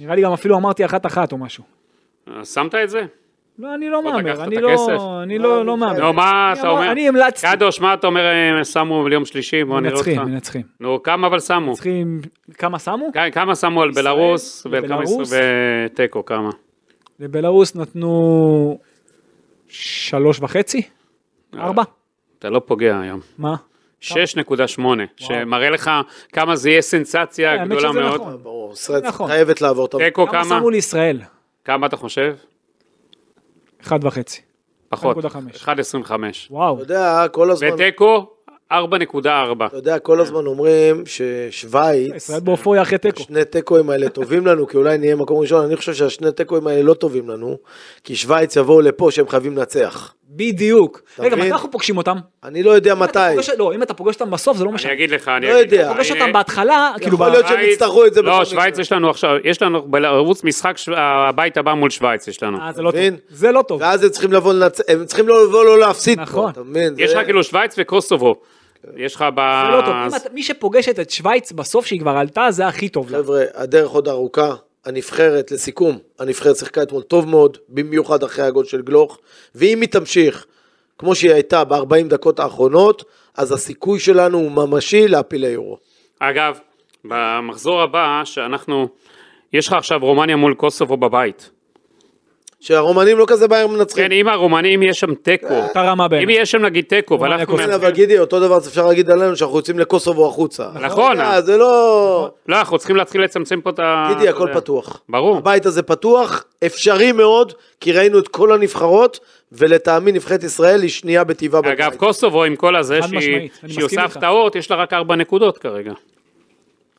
Speaker 2: נראה לי גם אפילו אמרתי אחת-אחת או משהו.
Speaker 4: שמת את זה?
Speaker 2: לא, אני לא
Speaker 4: לא
Speaker 2: מהמר,
Speaker 4: לקחת
Speaker 2: אני
Speaker 4: את
Speaker 2: לא,
Speaker 4: הכסף?
Speaker 2: אני לא לא מהמר.
Speaker 4: נו, מה
Speaker 2: אני
Speaker 4: אתה
Speaker 2: אמר-
Speaker 4: אומר?
Speaker 2: אני המלצתי.
Speaker 4: קדוש, מה אתה אומר אה, שמו ליום שלישי? בוא נראה אותך.
Speaker 2: מנצחים, מנצחים.
Speaker 4: נו, כמה אבל שמו?
Speaker 2: צריכים, כמה שמו?
Speaker 4: כ- כמה שמו על
Speaker 2: ישראל,
Speaker 4: בלרוס וכמה
Speaker 2: בלרוס.
Speaker 4: ישראל ותיקו, כמה?
Speaker 2: לבלארוס נתנו שלוש וחצי? ארבע?
Speaker 4: אתה לא פוגע היום.
Speaker 2: מה?
Speaker 4: אה, 6.8, שמראה לך כמה זה יהיה סנסציה
Speaker 2: האמת
Speaker 4: גדולה
Speaker 2: שזה
Speaker 4: מאוד.
Speaker 2: נכון.
Speaker 3: ברור, ישראל
Speaker 2: נכון.
Speaker 3: חייבת לעבור את
Speaker 4: תיקו
Speaker 2: כמה
Speaker 4: כמה?
Speaker 2: שמו לישראל?
Speaker 4: כמה אתה חושב?
Speaker 2: אחד וחצי.
Speaker 4: פחות.
Speaker 2: 1.5.
Speaker 4: 1.25.
Speaker 2: וואו.
Speaker 3: אתה לא יודע, כל הזמן,
Speaker 4: ותיקו 4.4.
Speaker 3: אתה יודע, כל הזמן אומרים ששוויץ,
Speaker 2: ישראל באופוריה אחרי תיקו.
Speaker 3: שני תיקואים האלה טובים לנו, כי אולי נהיה מקום ראשון, אני חושב שהשני תיקואים האלה לא טובים לנו, כי שוויץ יבואו לפה שהם חייבים לנצח.
Speaker 2: בדיוק.
Speaker 3: אתה
Speaker 2: רגע,
Speaker 3: מבין?
Speaker 2: מתי אנחנו פוגשים אותם?
Speaker 3: אני לא
Speaker 4: כן,
Speaker 3: יודע מתי,
Speaker 2: אתה פוגש- לא, אם אתה פוגש אותם בסוף זה לא משנה.
Speaker 4: אני אגיד לך, אני
Speaker 3: לא
Speaker 4: אגיד לך.
Speaker 3: יודע.
Speaker 2: אתה פוגש
Speaker 4: הנה,
Speaker 2: אותם בהתחלה, כאילו,
Speaker 3: יכול
Speaker 2: ב-
Speaker 3: להיות שהם
Speaker 4: שווייץ-
Speaker 3: יצטרכו את זה בכל
Speaker 4: לא,
Speaker 3: מקרה.
Speaker 4: שווייץ יש לנו עכשיו, יש לנו בערוץ משחק שו- הבית הבא מול שווייץ יש לנו.
Speaker 2: אה, זה לא
Speaker 3: מבין?
Speaker 2: טוב. זה לא טוב.
Speaker 3: ואז הם צריכים לבוא לנצח, הם צריכים לא לבוא לא להפסיד פה,
Speaker 2: נכון.
Speaker 3: אתה מבין?
Speaker 4: יש
Speaker 3: זה- כן.
Speaker 4: לך כאילו שווייץ וקוסובו. יש לך ב...
Speaker 2: זה לא טוב. אם אתה- מי שפוגשת את שווייץ בסוף שהיא כבר עלתה, זה הכי טוב.
Speaker 4: לא.
Speaker 2: לה.
Speaker 3: חבר'ה, הדרך עוד ארוכה. הנבחרת, לסיכום, הנבחרת שיחקה אתמול טוב מאוד, במיוחד אחרי הגול של גלוך, ואם היא תמשיך כמו שהיא הייתה ב-40 דקות האחרונות, אז הסיכוי שלנו הוא ממשי להפיל ליורו.
Speaker 4: אגב, במחזור הבא שאנחנו, יש לך עכשיו רומניה מול קוסובו בבית.
Speaker 3: שהרומנים לא כזה בעיה מנצחים.
Speaker 4: כן, אם הרומנים יש שם תיקו.
Speaker 3: אה,
Speaker 2: אתה רמה
Speaker 4: אם
Speaker 2: באמת.
Speaker 4: יהיה שם נגיד תיקו,
Speaker 2: רומניה
Speaker 4: ואנחנו...
Speaker 3: כן,
Speaker 2: קוסובו.
Speaker 3: אבל גידי, אותו דבר אפשר להגיד עלינו שאנחנו יוצאים לקוסובו החוצה.
Speaker 4: נכון.
Speaker 3: אתה יודע, זה לא...
Speaker 4: לא, אנחנו צריכים להתחיל לצמצם פה את ה...
Speaker 3: גידי,
Speaker 4: אתה
Speaker 3: הכל
Speaker 4: יודע.
Speaker 3: פתוח.
Speaker 4: ברור.
Speaker 3: הבית הזה פתוח, אפשרי מאוד, כי ראינו את כל הנבחרות, ולטעמי נבחרת ישראל היא שנייה בטבעה בבית.
Speaker 4: אגב, קוסובו עם כל הזה
Speaker 2: חד
Speaker 4: שהיא-
Speaker 2: משמעית, אני
Speaker 4: שהיא
Speaker 2: מסכים
Speaker 4: עושה
Speaker 2: איתך.
Speaker 4: הפתעות, יש לה רק ארבע נקודות כרגע.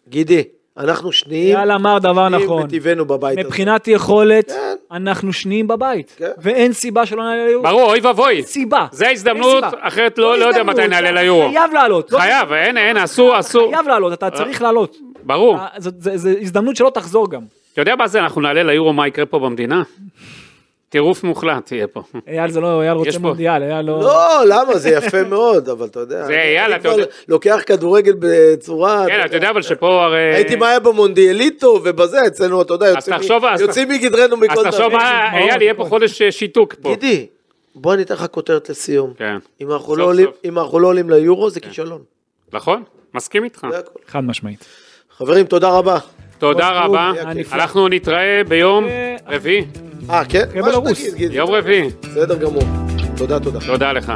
Speaker 3: גידי, אנחנו שניים
Speaker 2: יאללה, אמר דבר
Speaker 3: שניים
Speaker 2: נכון.
Speaker 3: בטבענו בבית הזה.
Speaker 2: מבחינת יכולת,
Speaker 3: לא כן.
Speaker 2: אנחנו שניים בבית.
Speaker 3: כן.
Speaker 2: ואין סיבה שלא נעלה ליורו.
Speaker 4: ברור, אוי ואבוי.
Speaker 2: סיבה.
Speaker 4: זה
Speaker 2: אין
Speaker 4: ההזדמנות,
Speaker 2: סיבה.
Speaker 4: אחרת לא- לא יודע מתי
Speaker 2: הזדמנות,
Speaker 4: נעלה
Speaker 2: אתה
Speaker 4: ליורו.
Speaker 2: חייב לעלות. לא-
Speaker 4: חייב, אין, אין, אסור, אסור.
Speaker 2: חייב לעלות, אתה צריך לעלות.
Speaker 4: ברור.
Speaker 2: אה, זאת- זה- זה הזדמנות שלא תחזור גם.
Speaker 4: אתה יודע מה זה, אנחנו נעלה ליורו מה יקרה פה במדינה? טירוף מוחלט יהיה פה.
Speaker 2: אייל זה לא, אייל
Speaker 4: יש פה.
Speaker 2: רוצה מונדיאל, אייל לא...
Speaker 3: לא, למה? זה יפה מאוד, אבל אתה יודע.
Speaker 4: זה,
Speaker 3: אני-
Speaker 4: יאללה,
Speaker 3: אני
Speaker 4: אתה
Speaker 3: כבר
Speaker 4: יודע.
Speaker 3: לוקח כדורגל בצורה...
Speaker 4: כן, אתה יודע אבל שפה הרי...
Speaker 3: הייתי מהר במונדיאליטו ובזה, אצלנו, אתה יודע, יוצאים
Speaker 4: תחשוב,
Speaker 3: מ-
Speaker 4: אז-
Speaker 3: יוצאים מגדרנו מכל
Speaker 4: אז
Speaker 3: דבר.
Speaker 4: תחשוב מה,
Speaker 2: דמעות,
Speaker 4: אייל, יהיה פה
Speaker 2: הכל.
Speaker 4: חודש אה, שיתוק פה.
Speaker 3: גידי, בוא אני אתן לך כותרת לסיום.
Speaker 4: כן.
Speaker 3: אם אנחנו
Speaker 4: סוף, כן.
Speaker 3: לא עולים-
Speaker 4: סוף.
Speaker 3: אם אנחנו לא עולים ליורו, זה כישלון.
Speaker 4: נכון? מסכים איתך.
Speaker 3: זה הכל.
Speaker 2: חד משמעית.
Speaker 3: חברים, תודה רבה.
Speaker 4: תודה
Speaker 2: חוץ
Speaker 4: רבה.
Speaker 2: חוג, היה כיף.
Speaker 4: אנחנו נתראה ביום
Speaker 2: אה,
Speaker 4: רביעי.
Speaker 3: אה, כן? מה
Speaker 2: בלרוס.
Speaker 3: שתגיד, גידי.
Speaker 4: יום רביעי.
Speaker 3: בסדר גמור. תודה, תודה.
Speaker 4: תודה לך.